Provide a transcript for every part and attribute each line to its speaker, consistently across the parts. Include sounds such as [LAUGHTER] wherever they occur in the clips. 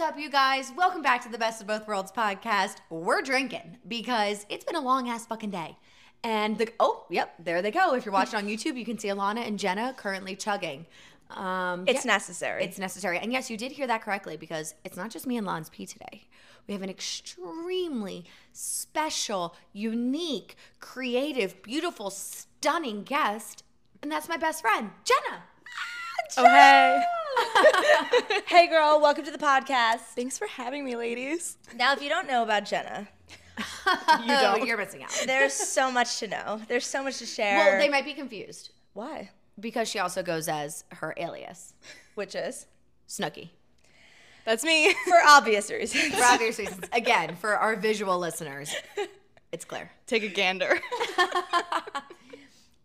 Speaker 1: up, you guys? Welcome back to the Best of Both Worlds podcast. We're drinking because it's been a long ass fucking day. And the oh, yep, there they go. If you're watching on YouTube, you can see Alana and Jenna currently chugging. Um,
Speaker 2: It's
Speaker 1: yeah,
Speaker 2: necessary.
Speaker 1: It's necessary. And yes, you did hear that correctly because it's not just me and Lon's P today. We have an extremely special, unique, creative, beautiful, stunning guest, and that's my best friend, Jenna.
Speaker 2: oh hey. hey girl, welcome to the podcast.
Speaker 3: Thanks for having me, ladies.
Speaker 2: Now, if you don't know about Jenna,
Speaker 3: [LAUGHS]
Speaker 1: You don't. [LAUGHS] You're missing out.
Speaker 2: there's so much to know. There's so much to share.
Speaker 1: Well, they might be confused
Speaker 2: Why?
Speaker 1: because she also goes as her alias,
Speaker 2: Which is
Speaker 1: Snooky.
Speaker 3: That's me.
Speaker 2: for obvious reasons.
Speaker 1: For obvious reasons. Again, for our visual listeners, it's clear.
Speaker 3: [LAUGHS] Take a [LAUGHS] gander.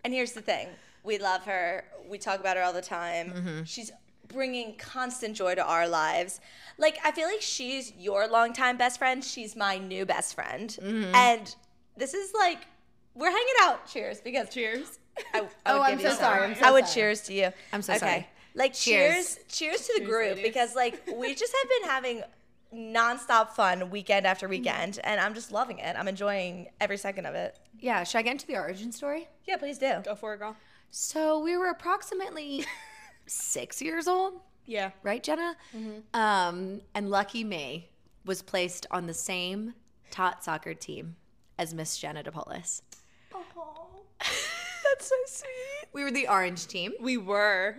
Speaker 2: And here's the thing: we love her. We talk about her all the time.
Speaker 1: Mm-hmm.
Speaker 2: She's bringing constant joy to our lives. Like I feel like she's your longtime best friend. She's my new best friend.
Speaker 1: Mm-hmm.
Speaker 2: And this is like we're hanging out. Cheers, because
Speaker 3: Cheers.
Speaker 2: I, I would
Speaker 1: Oh, I'm
Speaker 2: give you
Speaker 1: so
Speaker 2: a-
Speaker 1: sorry, I'm so
Speaker 2: I would
Speaker 1: sorry.
Speaker 2: cheers to you.
Speaker 1: I'm so
Speaker 2: okay.
Speaker 1: sorry.
Speaker 2: Like
Speaker 1: Cheers.
Speaker 2: cheers, cheers to the group because like
Speaker 1: [LAUGHS]
Speaker 2: we just have been having nonstop fun weekend after weekend, and I'm just loving it. I'm enjoying every second of it.
Speaker 1: Yeah, should I get into the origin story?
Speaker 2: Yeah, please do.
Speaker 3: Go for it, girl.
Speaker 1: So we were approximately six years old,
Speaker 3: Yeah.
Speaker 1: right, Jenna? Um, and lucky me was placed on the same tot soccer team as Miss Jenna DePolis.
Speaker 3: That's so sweet.
Speaker 1: We were the orange team,
Speaker 3: We were.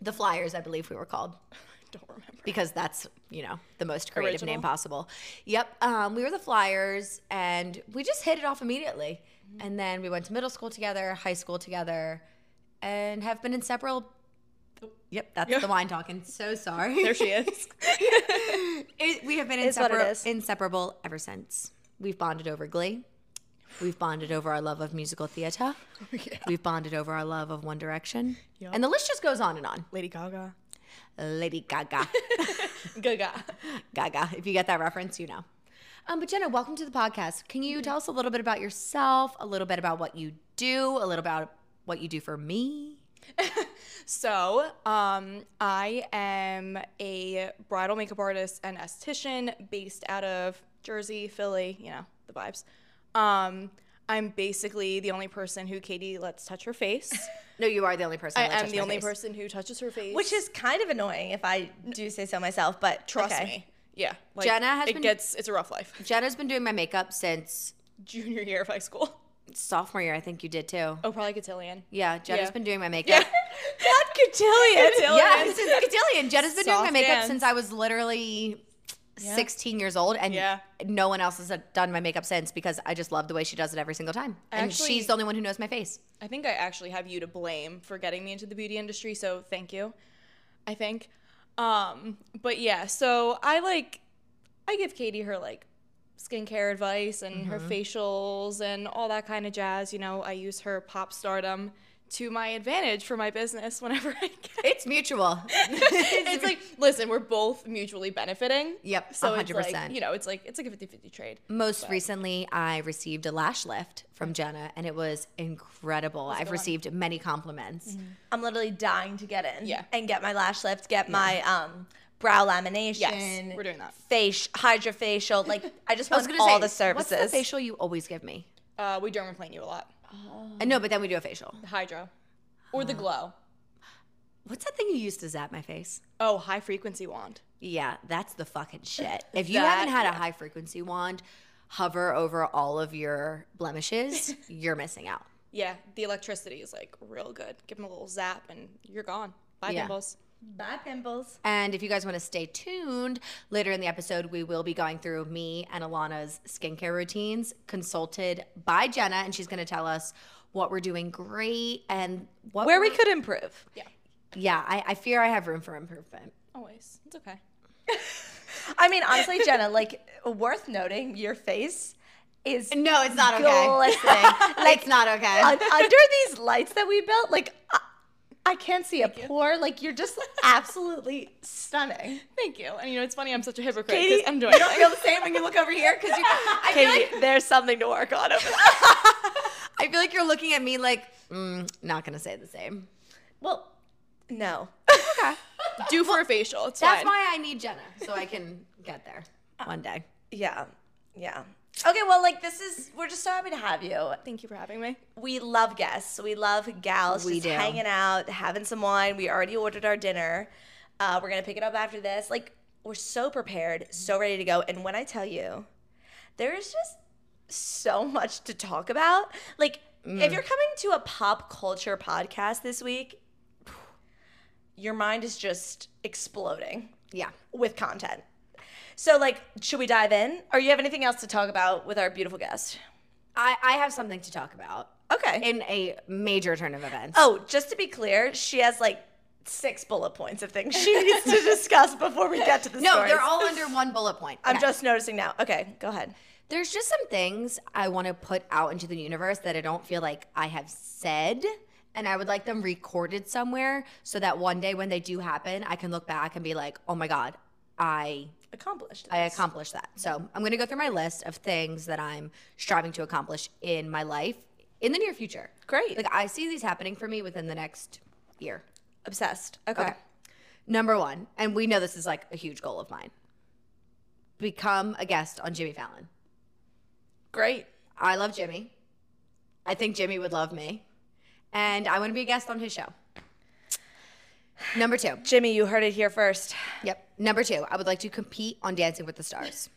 Speaker 1: the Flyers, I believe we were called.
Speaker 3: Don't remember.
Speaker 1: because that's you know the most creative
Speaker 3: Original.
Speaker 1: name possible. Yep, um, we were the Flyers, and we just hit it off immediately.
Speaker 2: Mm-hmm.
Speaker 1: And then we went to middle school together, high school together, and have been inseparable.
Speaker 2: Oh.
Speaker 1: Yep, that's the wine talking. So sorry.
Speaker 3: There she is.
Speaker 1: [LAUGHS] It- we have been
Speaker 2: It's what it
Speaker 1: insepara-
Speaker 2: is.
Speaker 1: inseparable ever since. We've bonded over Glee. We've bonded over our love of musical
Speaker 2: [LAUGHS]
Speaker 1: theater. We've bonded over our love of One Direction.
Speaker 3: Yup.
Speaker 1: And the list just goes on and on.
Speaker 3: [LAUGHS] Lady Gaga.
Speaker 1: Lady Gaga.
Speaker 3: Gaga.
Speaker 1: Gaga. If you get that reference, you know. Um, but Jenna, welcome to the podcast. Can you tell us a little bit about yourself, a little bit about what you do, a little about what you do for me?
Speaker 3: So, um, I am a bridal makeup artist and esthetician based out of Jersey, Philly, you know, the vibes. Um, I'm basically the only person who Katie lets touch her [LAUGHS] face.
Speaker 1: No, you are the only person.
Speaker 3: I
Speaker 1: that touched
Speaker 3: am the
Speaker 1: my
Speaker 3: only
Speaker 1: face.
Speaker 3: person who touches her face.
Speaker 2: Which is kind of annoying if I do say so myself, but
Speaker 3: trust
Speaker 2: okay.
Speaker 3: me. Yeah. Like,
Speaker 1: Jenna has
Speaker 3: it
Speaker 1: been-
Speaker 3: gets it's a rough life.
Speaker 1: Jenna's been doing my makeup since
Speaker 3: Junior year of high school.
Speaker 1: sophomore year. I think you did too.
Speaker 3: Oh, probably [LAUGHS] cotillion.
Speaker 1: Yeah, Jenna's
Speaker 3: Yeah.
Speaker 1: been doing my makeup.
Speaker 2: Not
Speaker 3: [LAUGHS]
Speaker 2: cotillion.
Speaker 1: [LAUGHS] Yeah, since cotillion. Jenna's been doing my
Speaker 3: Soft
Speaker 1: makeup
Speaker 3: hands.
Speaker 1: since I was literally 16 years old, and
Speaker 3: Yeah.
Speaker 1: no one else has done my makeup since because I just love the way she does it every single time. And
Speaker 3: Actually-
Speaker 1: she's the only one who knows my face.
Speaker 3: I think I actually have you to blame for getting me into the beauty industry, so thank you. I think. Um, but yeah, so I like I give Katie her like skincare advice and her facials and all that kind of jazz, you know, I use her pop stardom to my advantage for my business [LAUGHS] whenever I can.
Speaker 1: It's mutual.
Speaker 3: it's like, listen, we're both mutually benefiting.
Speaker 1: Yep,
Speaker 3: So
Speaker 1: 100%.
Speaker 3: it's like, you know, it's like it's like a 50-50 trade.
Speaker 1: Most recently, I received a lash lift from Jenna, and it was incredible. I've received many compliments.
Speaker 2: I'm literally dying to get in.
Speaker 3: Yeah.
Speaker 2: And get my lash lift, get my um brow lamination.
Speaker 3: Yes, we're doing that.
Speaker 2: Face hydrofacial. Like I just
Speaker 1: I
Speaker 2: want
Speaker 1: was gonna
Speaker 2: all
Speaker 1: say,
Speaker 2: the services.
Speaker 1: What's the facial you always give me?
Speaker 3: Uh, we dermaplane you a lot.
Speaker 1: Uh, no, but then we do a facial.
Speaker 3: The hydro. Or the glow.
Speaker 1: What's that thing you used to zap my face?
Speaker 3: Oh, high frequency wand.
Speaker 1: Yeah, that's the fucking shit. [LAUGHS] If you
Speaker 3: That-
Speaker 1: haven't had a high frequency wand hover over all of your [LAUGHS] blemishes, you're missing out.
Speaker 3: Yeah, the electricity is like real good. Give them a little zap and you're gone. Bye,
Speaker 1: Yeah.
Speaker 3: pimples.
Speaker 2: Bye pimples.
Speaker 1: And if you guys want to stay tuned, later in the episode, we will be going through me and Alana's skincare routines consulted by Jenna, and she's going to tell us what we're doing great and what
Speaker 2: Where we could improve.
Speaker 3: Yeah,
Speaker 1: Yeah, I, I fear I have room for improvement.
Speaker 3: always. It's okay.
Speaker 2: I mean, honestly, Jenna, like worth noting, your face is
Speaker 1: No, it's not [LAUGHS] okay.
Speaker 2: glistening.
Speaker 1: Like, it's not okay.
Speaker 2: [LAUGHS] Un- under these lights that we built, like I, I can't see a pore. Like you're just absolutely stunning.
Speaker 3: Thank you. And you know, it's funny, I'm such a hypocrite
Speaker 2: Katie,
Speaker 3: because I'm doing
Speaker 2: you don't
Speaker 3: it.
Speaker 2: feel the same when you look over here because you. I feel like there's something to work [LAUGHS] on over there.
Speaker 1: I feel like you're looking at me like, mm, not going to say the same.
Speaker 2: Well, no.
Speaker 3: do for a facial. It's
Speaker 1: That's
Speaker 3: fine.
Speaker 1: why I need Jenna so I can get [LAUGHS] there one day.
Speaker 2: Yeah. Yeah. Okay, well, like this is we're just so happy to have you.
Speaker 3: Thank you for having me.
Speaker 2: We love guests. We love gals
Speaker 1: We
Speaker 2: just
Speaker 1: do.
Speaker 2: hanging out, having some wine. We already ordered our dinner. Uh, we're gonna pick it up after this. Like we're so prepared, so ready to go. And when I tell you, there is just so [LAUGHS] much to talk about. Like
Speaker 1: Mm.
Speaker 2: if you're coming to a pop culture podcast this week, your mind is just exploding
Speaker 1: Yeah.
Speaker 2: with content. So, like, should we dive in? Or you have anything else to talk about with our beautiful guest?
Speaker 1: I, I have something to talk about
Speaker 2: Okay.
Speaker 1: in a major turn of events.
Speaker 2: oh, just to be clear, she has like six bullet points of things she
Speaker 1: [LAUGHS]
Speaker 2: needs to discuss before we get to the
Speaker 1: no,
Speaker 2: stories.
Speaker 1: they're
Speaker 2: [LAUGHS]
Speaker 1: all under one bullet point.
Speaker 2: I'm
Speaker 1: Okay.
Speaker 2: just noticing now. Okay, go ahead.
Speaker 1: There's just some things I want to put out into the universe that I don't feel like I have said. And I would like them recorded somewhere so that one day when they do happen, I can look back and be like, oh my God, I
Speaker 2: Accomplished.
Speaker 1: I accomplished that. So I'm going to go through my list of things that I'm striving to accomplish in my life in the near future.
Speaker 2: Great.
Speaker 1: Like I see these happening for me within the next year.
Speaker 2: Obsessed. Okay.
Speaker 1: Okay. Number one, and we know this is like a huge goal of mine become a guest on Jimmy Fallon.
Speaker 2: Great.
Speaker 1: I love Jimmy. I think Jimmy would love me. And I want to be a guest on his show. Number two.
Speaker 2: Jimmy, you heard it here first.
Speaker 1: Yep. Number two, I would like to compete on Dancing with the Stars.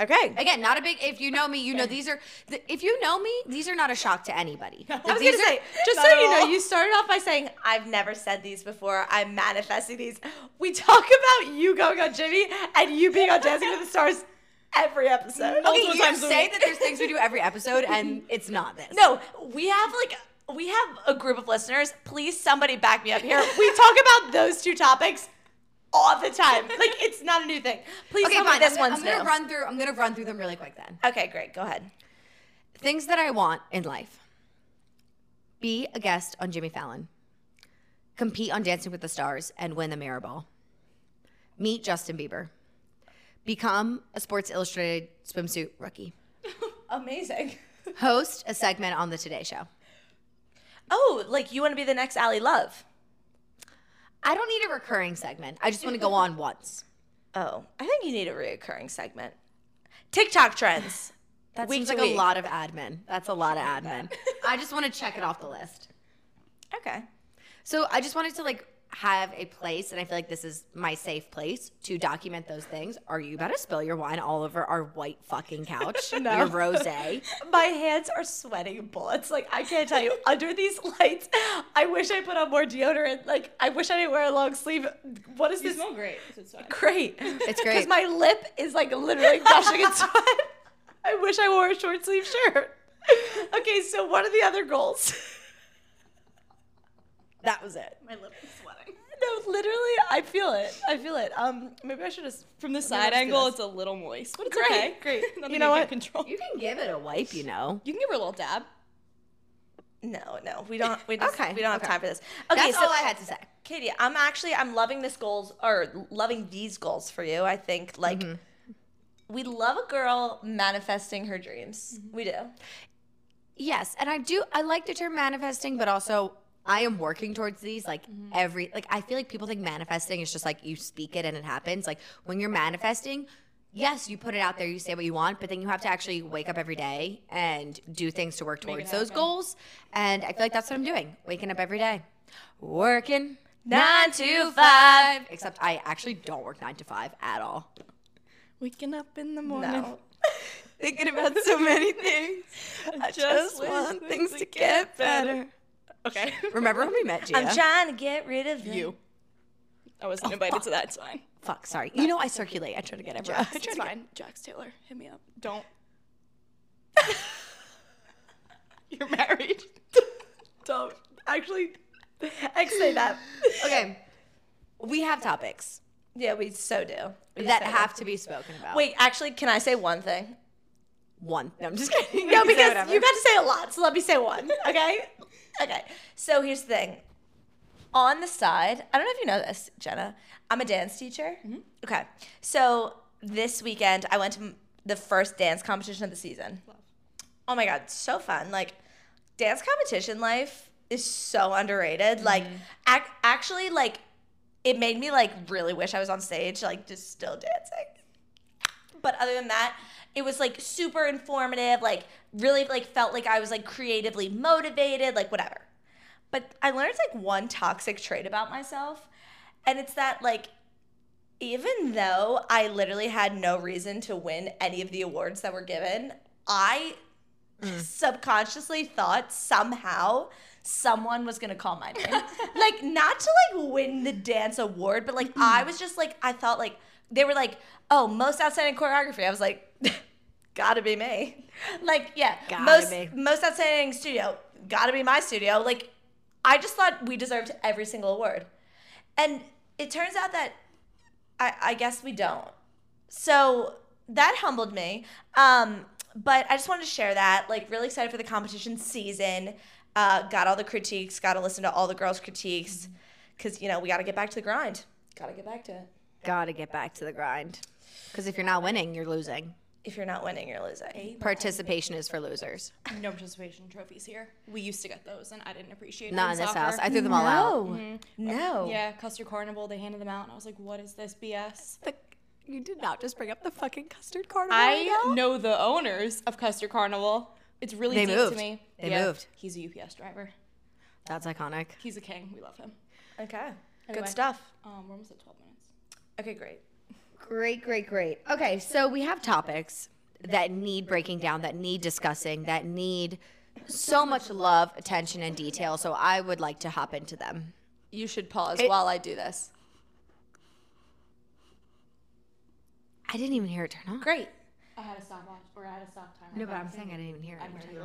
Speaker 2: Okay.
Speaker 1: Again, not a big. If you know me, you know these are. th- If you know me, these are not a shock to anybody.
Speaker 2: [LAUGHS] I was
Speaker 1: These
Speaker 2: gonna
Speaker 1: are-
Speaker 2: say, just
Speaker 3: not
Speaker 2: so
Speaker 3: at
Speaker 2: you know,
Speaker 3: all.
Speaker 2: you started off by saying, I've never said these before. I'm manifesting these. We talk about you going on Jimmy and you being on Dancing with the Stars every episode.
Speaker 3: Multiple
Speaker 1: okay, you
Speaker 3: times a
Speaker 1: say
Speaker 3: week.
Speaker 1: that there's things we do every episode, and it's not this.
Speaker 2: [LAUGHS] No, we have like we have a group of listeners. Please somebody back me up here. We talk about those two topics all the time. Like it's not a new thing. Please
Speaker 1: Okay,
Speaker 2: tell
Speaker 1: fine.
Speaker 2: me this
Speaker 1: I'm, gonna-
Speaker 2: one's
Speaker 1: I'm gonna
Speaker 2: new.
Speaker 1: run through. I'm gonna run through them really quick then.
Speaker 2: Okay, great. Go ahead.
Speaker 1: Things that I want in life: be a guest on Jimmy Fallon, compete on Dancing with the Stars, and win the Mirror Ball. Meet Justin Bieber, become a Sports Illustrated swimsuit rookie,
Speaker 2: Amazing.
Speaker 1: host a segment on the Today Show.
Speaker 2: Oh, like you want to be the next Ally Love?
Speaker 1: I don't need a recurring segment. I just want to go on once.
Speaker 2: Oh, I think you need a reoccurring segment. TikTok [SIGHS] trends.
Speaker 1: That
Speaker 2: Week
Speaker 1: seems
Speaker 2: to
Speaker 1: like a
Speaker 2: week.
Speaker 1: lot of admin. That's a lot of admin. [LAUGHS] I just want to check it off the list.
Speaker 2: Okay.
Speaker 1: So I just wanted to like have a place, and I feel like this is my safe place to document those things. Are you about to spill your wine all over our white fucking [LAUGHS] couch? Your rosé.
Speaker 2: My hands are sweating bullets. Like I can't tell you. [LAUGHS] Under these lights, I wish I put on more deodorant. Like I wish I didn't wear a long sleeve. What is
Speaker 3: You
Speaker 2: this?
Speaker 3: smell Oh, great. So it's fine.
Speaker 2: Great.
Speaker 1: It's
Speaker 2: Because
Speaker 1: great.
Speaker 2: my lip is like literally
Speaker 1: [LAUGHS]
Speaker 2: gushing in sweat. I wish I wore a short sleeve shirt. Okay, so what are the other goals? [LAUGHS]
Speaker 1: that was it.
Speaker 3: My lip is sweating.
Speaker 2: no, literally, I feel it. I feel it. Um, maybe I should just
Speaker 3: From the side
Speaker 2: let's do
Speaker 3: angle,
Speaker 2: this.
Speaker 3: it's a little moist, but it's
Speaker 2: Great,
Speaker 3: okay.
Speaker 2: great.
Speaker 3: Nothing
Speaker 2: You know
Speaker 3: I can
Speaker 2: what?
Speaker 3: Control.
Speaker 1: You can give it a wipe, you know.
Speaker 3: You can give her a little dab.
Speaker 2: No, no, we don't. We just,
Speaker 1: Okay,
Speaker 2: we don't have
Speaker 1: okay.
Speaker 2: time for this. Okay,
Speaker 1: That's
Speaker 2: so
Speaker 1: all I had to say.
Speaker 2: Katie, I'm actually I'm loving this goals or loving these goals for you. I think like
Speaker 1: Mm-hmm.
Speaker 2: we love a girl manifesting her dreams.
Speaker 1: Mm-hmm.
Speaker 2: We do.
Speaker 1: Yes, and I do. I like the term manifesting, but also I am working towards these. Like every, like I feel like people think manifesting is just like you speak it and it happens. Like when you're manifesting, yes, you put it out there, you say what you want, but then you have to actually wake up every day and do things to work towards those goals. And I feel like that's what I'm doing. Waking up every day, working nine to five. Except I actually don't work nine to five at all.
Speaker 3: Waking up in the morning.
Speaker 2: No.
Speaker 1: Thinking [LAUGHS] about
Speaker 2: [LAUGHS]
Speaker 1: so many things. I
Speaker 3: just want things to get better. Okay. [LAUGHS]
Speaker 1: Remember when we met, Gia?
Speaker 2: I'm trying to get rid of them.
Speaker 3: you. I wasn't invited to that. It's fine.
Speaker 1: Fuck, sorry. You know I circulate. I try to get everyone. [LAUGHS] I
Speaker 3: Jax,
Speaker 1: try
Speaker 3: it's
Speaker 1: to
Speaker 3: fine. Jax Taylor, hit me up. Don't. [LAUGHS] You're [LAUGHS] married.
Speaker 2: Don't actually. I can say that.
Speaker 1: get- okay. We have topics
Speaker 2: Yeah, we so do. We
Speaker 1: that
Speaker 2: so do.
Speaker 1: have to be spoken about.
Speaker 2: Wait, actually, can I say one thing?
Speaker 1: one. No, I'm just kidding. [LAUGHS]
Speaker 2: No, because you got to say a lot, so let me say [LAUGHS] one, okay? okay. So here's the thing. On the side, I don't know if you know this, Jenna. I'm a dance teacher. Okay. So this weekend, I went to m- the first dance competition of the season. Oh my god, so fun! Like, Mm-hmm. dance competition life is so underrated. Like, ac- actually, like it made me like really wish I was on stage, like just still dancing. But other than that, it was like super informative, like really like felt like I was like creatively motivated, like whatever. But I learned like one toxic trait about myself, and it's that like even though I literally had no reason to win any of the awards that were given, I
Speaker 1: Mm.
Speaker 2: subconsciously thought somehow someone was gonna call
Speaker 1: [LAUGHS]
Speaker 2: my name. like not to like win the dance award, but like
Speaker 1: Mm.
Speaker 2: I was just like I thought like they were like, oh, most outstanding choreography. I was like, [LAUGHS] gotta be me. Like, yeah.
Speaker 1: Gotta
Speaker 2: most
Speaker 1: be.
Speaker 2: most outstanding studio, gotta be my studio. Like, I just thought we deserved every single award. And it turns out that I, I guess we don't. So that humbled me. Um, but I just wanted to share that. Like, really excited for the competition season. Uh, got all the critiques, got to listen to all the girls' critiques. Because, you know, we got to get back to the grind. Got to Mm-hmm. get back to it.
Speaker 1: Gotta get back to the grind. Because if you're not winning, you're losing.
Speaker 2: If you're not winning, you're losing.
Speaker 1: Participation is for losers.
Speaker 3: No participation trophies here. We used to get those, and I didn't appreciate
Speaker 1: Not in
Speaker 3: it.
Speaker 1: this
Speaker 3: soccer. Mm-hmm.
Speaker 1: house. I threw them all out.
Speaker 2: No.
Speaker 3: yeah, Custer Carnival. They handed them out, and I was like, "What is this BS?"
Speaker 1: You did not just bring up the fucking custard carnival.
Speaker 3: I know the owners of Custer Carnival. It's really
Speaker 1: They
Speaker 3: deep
Speaker 1: moved.
Speaker 3: to me.
Speaker 1: They moved.
Speaker 3: He's a UPS driver.
Speaker 1: That's iconic.
Speaker 3: He's a king. We love him.
Speaker 2: Okay.
Speaker 3: Anyway.
Speaker 2: Good stuff.
Speaker 3: Um, we're almost at 12 minutes.
Speaker 2: Okay, great.
Speaker 1: Great, great, great. Okay, so we have topics that need breaking down, that need discussing, that need so much love, attention, and detail. So I would like to hop into them.
Speaker 3: You should pause
Speaker 1: It-
Speaker 3: while I do this.
Speaker 1: I didn't even hear it turn on.
Speaker 2: Great.
Speaker 3: I had a stopwatch, or I had a stop timer.
Speaker 1: No, but I'm saying I didn't even hear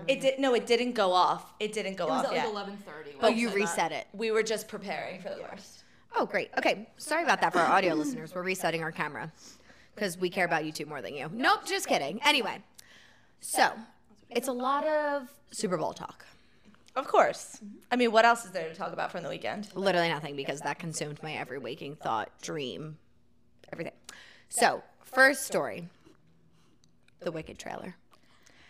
Speaker 1: it.
Speaker 2: It did no, it didn't go off. It didn't go
Speaker 3: It was
Speaker 2: off.
Speaker 3: at
Speaker 2: yet.
Speaker 3: like 11:30.
Speaker 1: Oh, you reset it.
Speaker 2: we were just preparing for the worst.
Speaker 1: Oh, great. Okay. Sorry about that for our audio listeners. We're resetting our camera because we care about you two more than you. Nope, just kidding. Anyway, so it's a lot of Super Bowl talk.
Speaker 2: Of course. I mean, what else is there to talk about from the weekend?
Speaker 1: Literally nothing because that consumed my every waking thought, dream, everything. So, first story the Wicked trailer.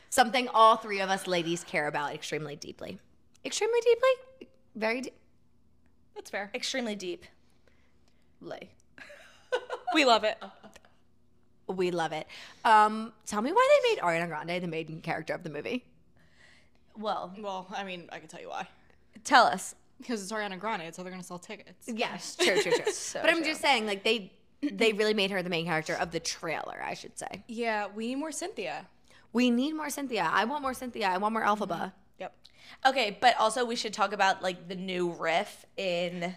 Speaker 1: Something all three of us ladies care about extremely deeply. Extremely deeply? Very deep.
Speaker 3: That's fair.
Speaker 2: Extremely deep.
Speaker 3: We love it.
Speaker 1: We love it. Um, tell me why they made Ariana Grande the main character of the movie.
Speaker 2: Well,
Speaker 3: Well, I mean, I can tell you why.
Speaker 2: tell us.
Speaker 3: Because it's Ariana Grande, so they're gonna sell tickets.
Speaker 1: Yes, true, true,
Speaker 2: [LAUGHS]
Speaker 1: true. but I'm
Speaker 2: true.
Speaker 1: just saying, like they they really made her the main character of the trailer, I should say.
Speaker 3: Yeah, we need more Cynthia.
Speaker 1: We need more Cynthia. I want more Cynthia. I want more Alphaba.
Speaker 3: Yep.
Speaker 2: Okay, but also we should talk about like the new riff in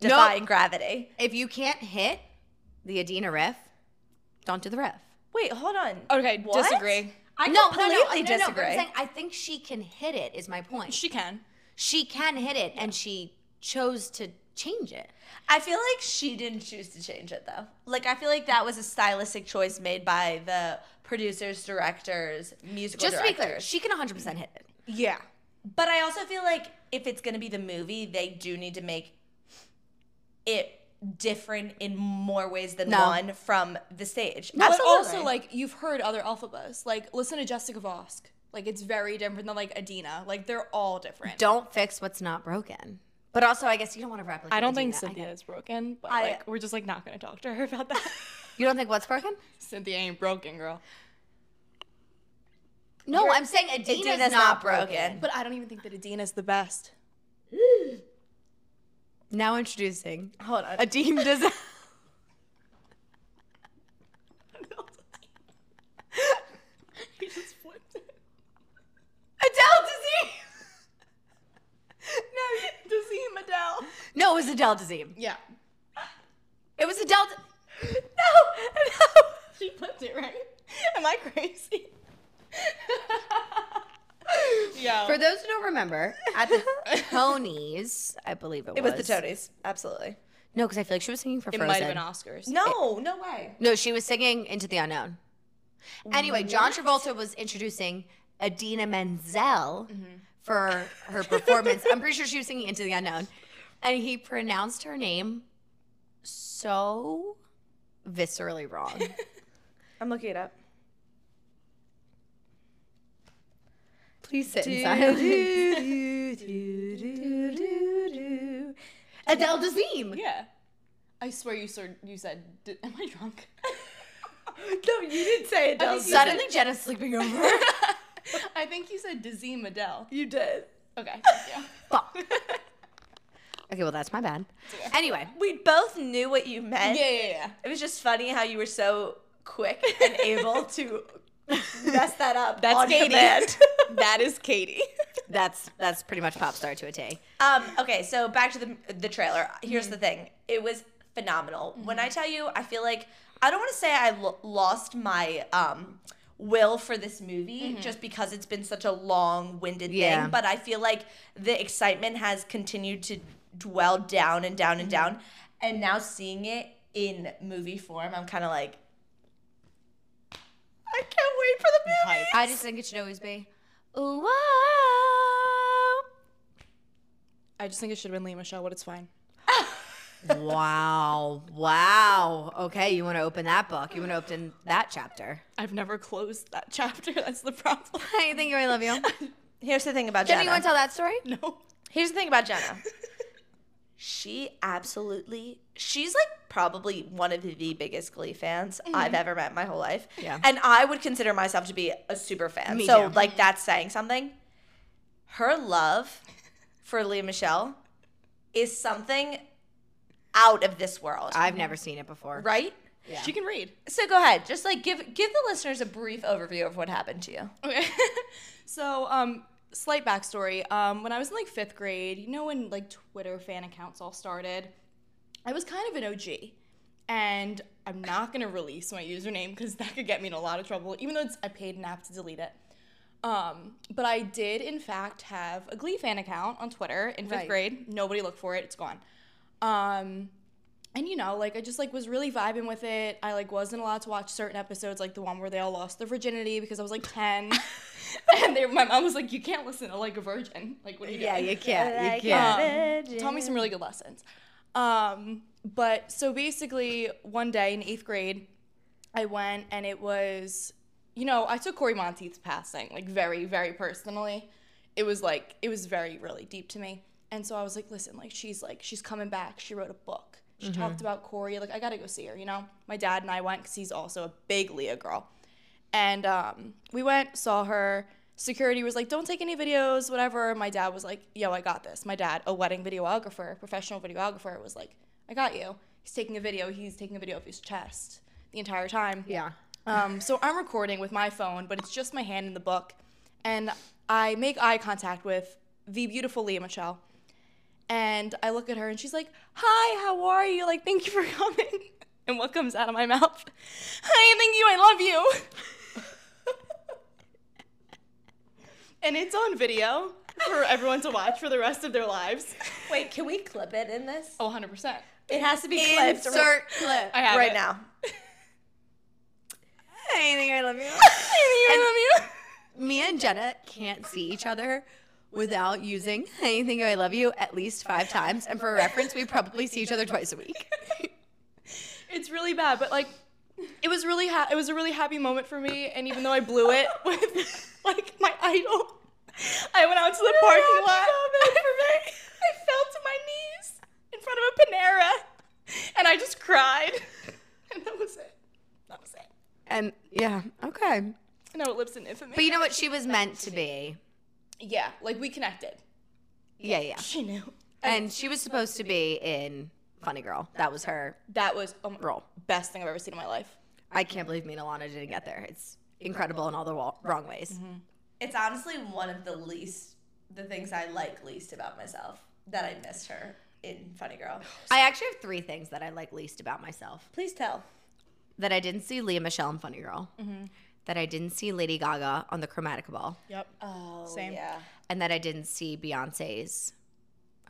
Speaker 2: Defying Gravity.
Speaker 1: If you can't hit the Adina riff, don't do the riff.
Speaker 2: Wait, hold on.
Speaker 3: Okay,
Speaker 2: What?
Speaker 3: disagree.
Speaker 1: I
Speaker 2: completely
Speaker 1: but I'm
Speaker 2: disagree.
Speaker 1: saying I think she can hit it. Is my point. She,
Speaker 3: She can.
Speaker 1: can hit it, and she chose to change it.
Speaker 2: I feel like she didn't choose to change it though. Like I feel like that was a stylistic choice made by the producers, directors, musical
Speaker 1: Just to be
Speaker 2: directors.
Speaker 1: clear, she can 100% hit it.
Speaker 3: Yeah.
Speaker 2: But I also feel like if it's going to be the movie, they do need to make it different in more ways than
Speaker 1: No.
Speaker 2: one from the stage.
Speaker 3: But also,
Speaker 1: Absolutely.
Speaker 3: like, you've heard other alphabas. Like, listen to Jessica Vosk. Like, it's very different than, like, Adina. Like, they're all different.
Speaker 1: Don't fix what's not broken. But also, I guess you don't want to replicate.
Speaker 3: I don't think
Speaker 1: Adina. I
Speaker 3: Cynthia is broken, but,
Speaker 2: I-
Speaker 3: like, we're just, like, not gonna talk to her about [LAUGHS] that.
Speaker 1: You don't think what's broken?
Speaker 3: Cynthia ain't broken, girl.
Speaker 1: No, I'm saying Adina's,
Speaker 2: Adina's
Speaker 1: not,
Speaker 2: not
Speaker 1: broken.
Speaker 2: broken.
Speaker 3: But I don't even think that Adina's the best.
Speaker 1: Now introducing
Speaker 2: hold on. [LAUGHS]
Speaker 1: Adim Dizel.
Speaker 3: [LAUGHS] He just flipped it.
Speaker 1: Adele Dazeem.
Speaker 3: No, does he, Adele?
Speaker 1: No, it was Adele Dazeem.
Speaker 3: Yeah.
Speaker 1: It was Adele. D-
Speaker 3: No, no. She flipped it, right? Am I crazy? [LAUGHS] yeah.
Speaker 1: For those who don't remember, at the Tonys, I believe it,
Speaker 2: It was the Tonys, absolutely.
Speaker 1: No, because I feel like she was singing for
Speaker 3: it
Speaker 1: Frozen.
Speaker 3: might have been Oscars.
Speaker 2: No, no way.
Speaker 1: No, she was singing Into the Unknown. Anyway, John Travolta was introducing Adina Menzel for her performance. I'm pretty sure she was singing Into the Unknown. And he pronounced her name so viscerally wrong.
Speaker 2: I'm looking it up.
Speaker 1: Please sit in silence. [LAUGHS]
Speaker 2: Do, do, do, do, do.
Speaker 1: Adele Dazeem.
Speaker 3: Yeah. I swear you said you said. Did, am I drunk?
Speaker 2: [GASPS]
Speaker 3: [LAUGHS]
Speaker 2: No, you didn't say it,
Speaker 3: I think you said-
Speaker 1: Suddenly Jenna's sleeping over.
Speaker 3: I think you said Dizzy Medell.
Speaker 2: You did.
Speaker 3: Okay. Yeah.
Speaker 1: Fuck. [LAUGHS] Okay, well that's my bad. Anyway,
Speaker 2: We both knew what you meant.
Speaker 3: yeah, yeah, yeah.
Speaker 2: It was just funny how you were so quick [LAUGHS] and able to mess that up.
Speaker 3: That's
Speaker 2: on
Speaker 3: Katie.
Speaker 2: [LAUGHS] command.
Speaker 3: that is Katie.
Speaker 1: that's that's pretty much pop star to a T.
Speaker 2: Um, okay, so back to the the trailer. Here's the thing. It was phenomenal. When I tell you, I feel like I don't want to say I lo- lost my um will for this movie just because it's been such a long-winded
Speaker 1: Yeah.
Speaker 2: thing, but I feel like the excitement has continued to dwell down and down and down and now seeing it in movie form, I'm kind of like I can't wait for the movie.
Speaker 1: I just think it should always be. Ooh, wow.
Speaker 3: I just think it should have been Lee Michelle, but it's fine.
Speaker 1: wow. Wow. Okay, you want to open that book. You want to open that chapter.
Speaker 3: I've never closed that [LAUGHS] chapter. That's the problem. [LAUGHS]
Speaker 1: I think I love [LAUGHS] you. [LAUGHS]
Speaker 2: Here's the thing about
Speaker 1: Jenna, you
Speaker 2: Jenna.
Speaker 1: want to tell that story?
Speaker 3: No.
Speaker 2: Here's the thing about [LAUGHS] Jenna. she absolutely she's like probably one of the biggest Glee fans I've ever met in my whole life.
Speaker 1: Yeah.
Speaker 2: And I would consider myself to be a super fan.
Speaker 1: Me
Speaker 2: so
Speaker 1: too.
Speaker 2: like that's saying something. Her love for Leah Michelle is something out of this world.
Speaker 1: I've never seen it before.
Speaker 2: right?
Speaker 1: Yeah.
Speaker 3: She can read.
Speaker 2: So go ahead. Just like give give the listeners a brief overview of what happened to you.
Speaker 3: Okay. [LAUGHS] so, um, slight backstory. Um, when I was in like fifth grade, you know when like Twitter fan accounts all started, I was kind of an OG. And I'm not gonna release my username because that could get me in a lot of trouble, even though it's I paid an app to delete it. Um, but I did in fact have a Glee fan account on Twitter in fifth
Speaker 1: Right.
Speaker 3: grade. Nobody looked for it, it's gone. Um, and you know, like I just like was really vibing with it. I like wasn't allowed to watch certain episodes, like the one where they all lost their virginity because I was like ten, and they, my mom was like, "You can't listen to like a virgin. Like, what are you
Speaker 1: Yeah,
Speaker 3: doing?"
Speaker 1: you can't. You
Speaker 2: Like,
Speaker 1: can't.
Speaker 2: Virgin.
Speaker 3: Um, taught me some really good lessons. Um, but so basically, one day in eighth grade, I went and it was, you know, I took Corey Monteith's passing like very, very personally. It was like it was very, really deep to me. And so I was like, listen, like she's like she's coming back. She wrote a book. She talked about Corey. Like I gotta go see her. You know, my dad and I went because he's also a big Leah girl. And um, we went, saw her. Security was like, don't take any videos, whatever. My dad was like, yo, I got this. My dad, a wedding videographer, professional videographer, was like, I got you. He's taking a video. He's taking a video of his chest the entire time.
Speaker 1: Yeah.
Speaker 3: Um, so I'm recording with my phone, but it's just my hand in the book. And I make eye contact with the beautiful Leah Michelle. And I look at her and she's like, Hi, how are you? Like, thank you for [LAUGHS] coming. And what comes out of my mouth? [LAUGHS] Hi, thank you, [LAUGHS] I love you. and it's on video for everyone to watch for the rest of their lives.
Speaker 2: Wait, can we clip it in this?
Speaker 3: Oh, 100%.
Speaker 2: It has to be clipped
Speaker 1: Insert clip.
Speaker 3: I have
Speaker 2: right
Speaker 3: it.
Speaker 2: now.
Speaker 1: I think I love you.
Speaker 3: I love you.
Speaker 1: Me and Jenna can't see each other without using [LAUGHS] I think I love you at least five times. And for reference, we probably see each other twice a week.
Speaker 3: it's really bad but like it was really ha- it was a really happy moment for me and even though i blew it [LAUGHS] with like my idol i went out to the parking lot [LAUGHS] i fell to my knees in front of a panera and i just cried [LAUGHS] and that was it that was it
Speaker 1: And yeah, okay.
Speaker 3: no it lives in infamy
Speaker 1: But you know what? She was meant to be.
Speaker 3: yeah like we connected
Speaker 1: Yeah, yeah.
Speaker 3: she knew
Speaker 1: And she was supposed to be in Funny Girl. That was her
Speaker 3: that was um,
Speaker 1: role.
Speaker 3: best thing i've ever seen in my life
Speaker 1: I can't believe me and Alana didn't get there. It's incredible in all the wa- wrong ways.
Speaker 2: It's honestly one of the least the things I like least about myself that I missed her in Funny Girl.
Speaker 1: I actually have three things that I like least about myself
Speaker 2: Please tell.
Speaker 1: that I didn't see Leah Michelle in Funny Girl, that I didn't see Lady Gaga on the Chromatica Ball,
Speaker 3: yep
Speaker 2: Oh,
Speaker 3: Same.
Speaker 2: yeah.
Speaker 1: and that I didn't see Beyonce's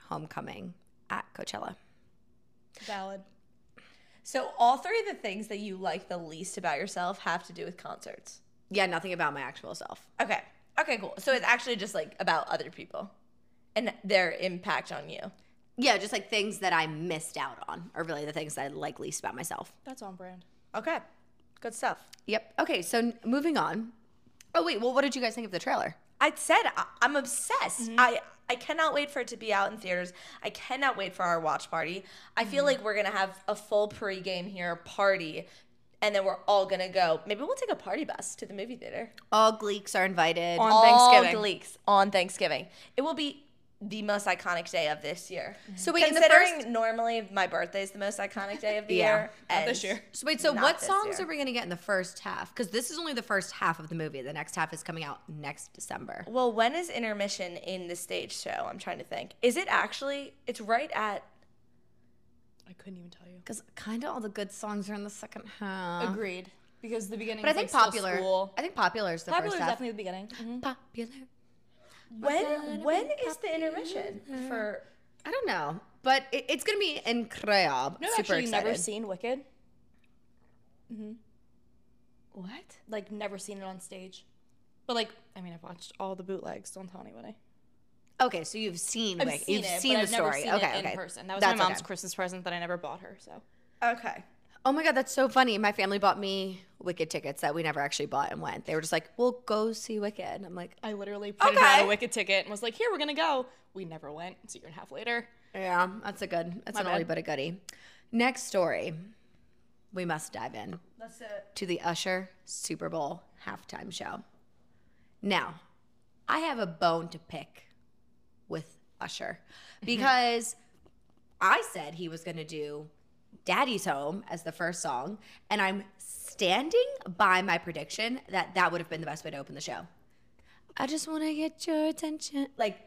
Speaker 1: homecoming at Coachella.
Speaker 3: valid
Speaker 2: So all three of the things that you like the least about yourself have to do with concerts.
Speaker 1: Yeah, nothing about my actual self.
Speaker 2: Okay. Okay, cool. So it's actually just like about other people and their impact on you.
Speaker 1: Yeah, just like things that I missed out on are really the things that I like least about myself.
Speaker 3: that's on brand
Speaker 2: Okay. Good stuff.
Speaker 1: Yep. Okay, so n- moving on. Oh, wait, well, what did you guys think of the trailer?
Speaker 2: I said I, I'm obsessed. I I cannot wait for it to be out in theaters. I cannot wait for our watch party. I feel like we're gonna have a full pregame here party, and then we're all gonna go. Maybe we'll take a party bus to the movie theater.
Speaker 1: All Gleeks are invited.
Speaker 3: On-
Speaker 2: all
Speaker 3: Thanksgiving.
Speaker 2: Gleeks on Thanksgiving. It will be the most iconic day of this year.
Speaker 1: so wait, in the
Speaker 2: Considering
Speaker 1: first,
Speaker 2: normally my birthday is the most iconic day of the
Speaker 1: Yeah.
Speaker 2: year.
Speaker 3: Not this
Speaker 2: and
Speaker 3: year.
Speaker 1: so wait, so
Speaker 2: not
Speaker 1: what
Speaker 2: this
Speaker 1: songs
Speaker 2: year.
Speaker 1: are we gonna get in the first half? Because this is only the first half of the movie. The next half is coming out next December.
Speaker 2: Well, when is intermission in the stage show? I'm trying to think. Is it actually? It's right at.
Speaker 3: I couldn't even tell you.
Speaker 1: Because kind of all the good songs are in the second half.
Speaker 3: Agreed. Because the beginning.
Speaker 1: But I
Speaker 3: is,
Speaker 1: think
Speaker 3: like, still
Speaker 1: popular.
Speaker 3: School.
Speaker 1: I think popular is the
Speaker 3: Popular is
Speaker 1: first half.
Speaker 3: definitely the beginning.
Speaker 1: popular.
Speaker 2: When when is the intermission for?
Speaker 1: I don't know, but it, it's gonna be incredible.
Speaker 3: No,
Speaker 1: Super
Speaker 3: actually,
Speaker 1: excited.
Speaker 3: never seen Wicked.
Speaker 2: What?
Speaker 3: Like never seen it on stage. But like, I mean, I've watched all the bootlegs. Don't tell anybody.
Speaker 1: Okay, so you've seen
Speaker 3: I've
Speaker 1: Wick-
Speaker 3: seen
Speaker 1: you've
Speaker 3: it,
Speaker 1: seen
Speaker 3: but
Speaker 1: the
Speaker 3: I've
Speaker 1: story.
Speaker 3: Never seen
Speaker 1: okay,
Speaker 3: it in
Speaker 1: okay.
Speaker 3: person. That was
Speaker 1: That's
Speaker 3: my mom's
Speaker 1: okay.
Speaker 3: Christmas present that I never bought her. So
Speaker 2: Okay.
Speaker 1: Oh my god, that's so funny. My family bought me Wicked tickets that we never actually bought and went. They were just like, "We'll go see Wicked." And I'm like,
Speaker 3: I literally printed her out
Speaker 2: Okay.
Speaker 3: a Wicked ticket and was like, "Here, we're gonna go." We never went. It's a year and a half later.
Speaker 1: "Yeah, that's a good. That's an
Speaker 3: bad.
Speaker 1: oldie but a goodie." Next story, we must dive in
Speaker 2: That's it.
Speaker 1: to the Usher Super Bowl halftime show. Now, I have a bone to pick with [LAUGHS] Usher because I said he was going to do Daddy's Home as the first song, and I'm standing by my prediction that that would have been the best way to open the show. I just want to get your attention. Like,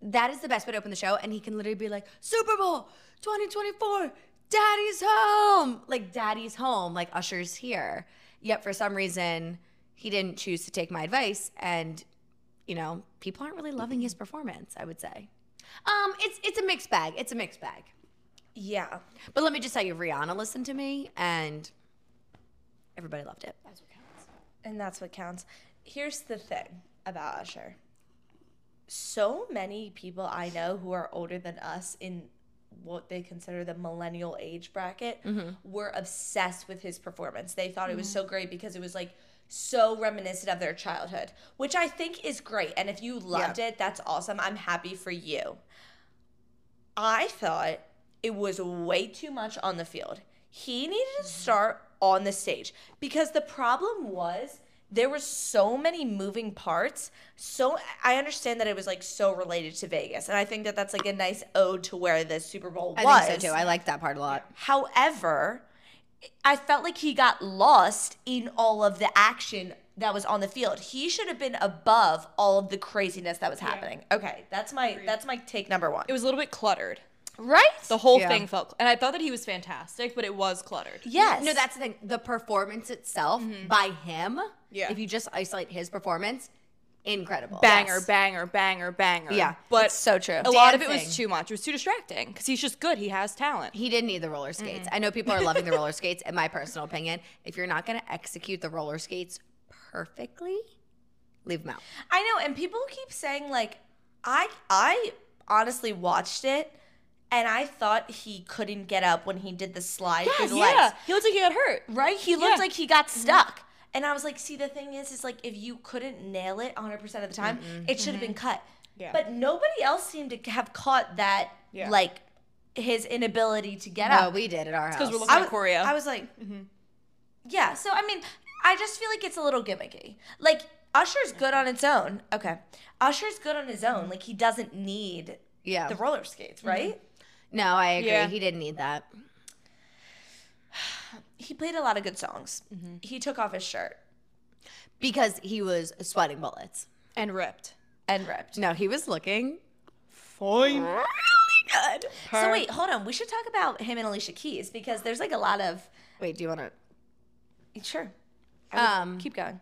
Speaker 1: that is the best way to open the show, and he can literally be like, Super Bowl 2024, Daddy's Home. Like, Daddy's Home, like Usher's here. Yet for some reason, he didn't choose to take my advice and you know, people aren't really loving his performance, I would say. Um, it's it's a mixed bag. It's a mixed bag.
Speaker 2: Yeah.
Speaker 1: But let me just tell you, Rihanna listened to me and everybody loved it.
Speaker 3: That's what counts.
Speaker 2: And that's what counts. Here's the thing about Usher. So many people I know who are older than us in what they consider the millennial age bracket were obsessed with his performance. They thought it was so great because it was like so reminiscent of their childhood, which I think is great. And if you loved it, that's awesome. I'm happy for you. I thought it was way too much on the field. He needed
Speaker 1: Mm-hmm.
Speaker 2: to start on the stage because the problem was there were so many moving parts. So I understand that it was like so related to Vegas, and I think that that's like a nice ode to where the Super Bowl
Speaker 1: I
Speaker 2: was.
Speaker 1: think so too. I like that part a lot.
Speaker 2: However, I felt like he got lost in all of the action that was on the field. He should have been above all of the craziness that was happening. Okay, that's my that's my take number one.
Speaker 3: It was a little bit cluttered.
Speaker 2: Right?
Speaker 3: The whole
Speaker 1: Yeah.
Speaker 3: thing felt, and I thought that he was fantastic, but it was cluttered.
Speaker 2: yes.
Speaker 1: No, that's the thing. The performance itself by him,
Speaker 3: Yeah.
Speaker 1: if you just isolate his performance, incredible.
Speaker 3: banger,
Speaker 1: Yes.
Speaker 3: banger, banger, banger.
Speaker 1: Yeah,
Speaker 3: but
Speaker 1: it's so true.
Speaker 3: A lot of it was
Speaker 1: Dancing.
Speaker 3: too much. It was too distracting because he's just good. He has talent.
Speaker 1: He didn't need the roller skates. I know people are loving the [LAUGHS] roller skates. In my personal opinion, if you're not going to execute the roller skates perfectly, leave them out.
Speaker 2: I know, and people keep saying like, I I honestly watched it, and I thought he couldn't get up when he did the slide through the legs.
Speaker 3: he looks like he got hurt.
Speaker 2: Right? He looked
Speaker 3: Yeah. Mm-hmm.
Speaker 2: like he got stuck. And I was like, see, the thing is, is like if you couldn't nail it 100% of the time, it should have been cut.
Speaker 3: Mm-hmm. Yeah.
Speaker 2: But nobody else seemed to have caught that,
Speaker 3: Yeah.
Speaker 2: like his inability to get
Speaker 1: No,
Speaker 2: up.
Speaker 1: we did at our house.
Speaker 3: 'cause we're looking
Speaker 2: I
Speaker 3: at
Speaker 2: was,
Speaker 3: choreo.
Speaker 2: I was like, Mm-hmm. yeah. So I mean, I just feel like it's a little gimmicky. Like Usher's good on its own. Okay, Usher's good on his own. Like he doesn't need
Speaker 1: yeah.
Speaker 2: the roller skates, right?
Speaker 1: No, I agree.
Speaker 3: Yeah.
Speaker 1: He didn't need that.
Speaker 2: He played a lot of good songs. He took off his shirt
Speaker 1: Because he was sweating bullets.
Speaker 3: and ripped.
Speaker 2: and ripped.
Speaker 1: No, he was looking.
Speaker 3: Fine.
Speaker 2: Really good. So wait, hold on. We should talk about him and Alicia Keys because there's like a lot of
Speaker 1: Wait, do you want to?
Speaker 2: sure.
Speaker 1: Um,
Speaker 2: Keep going.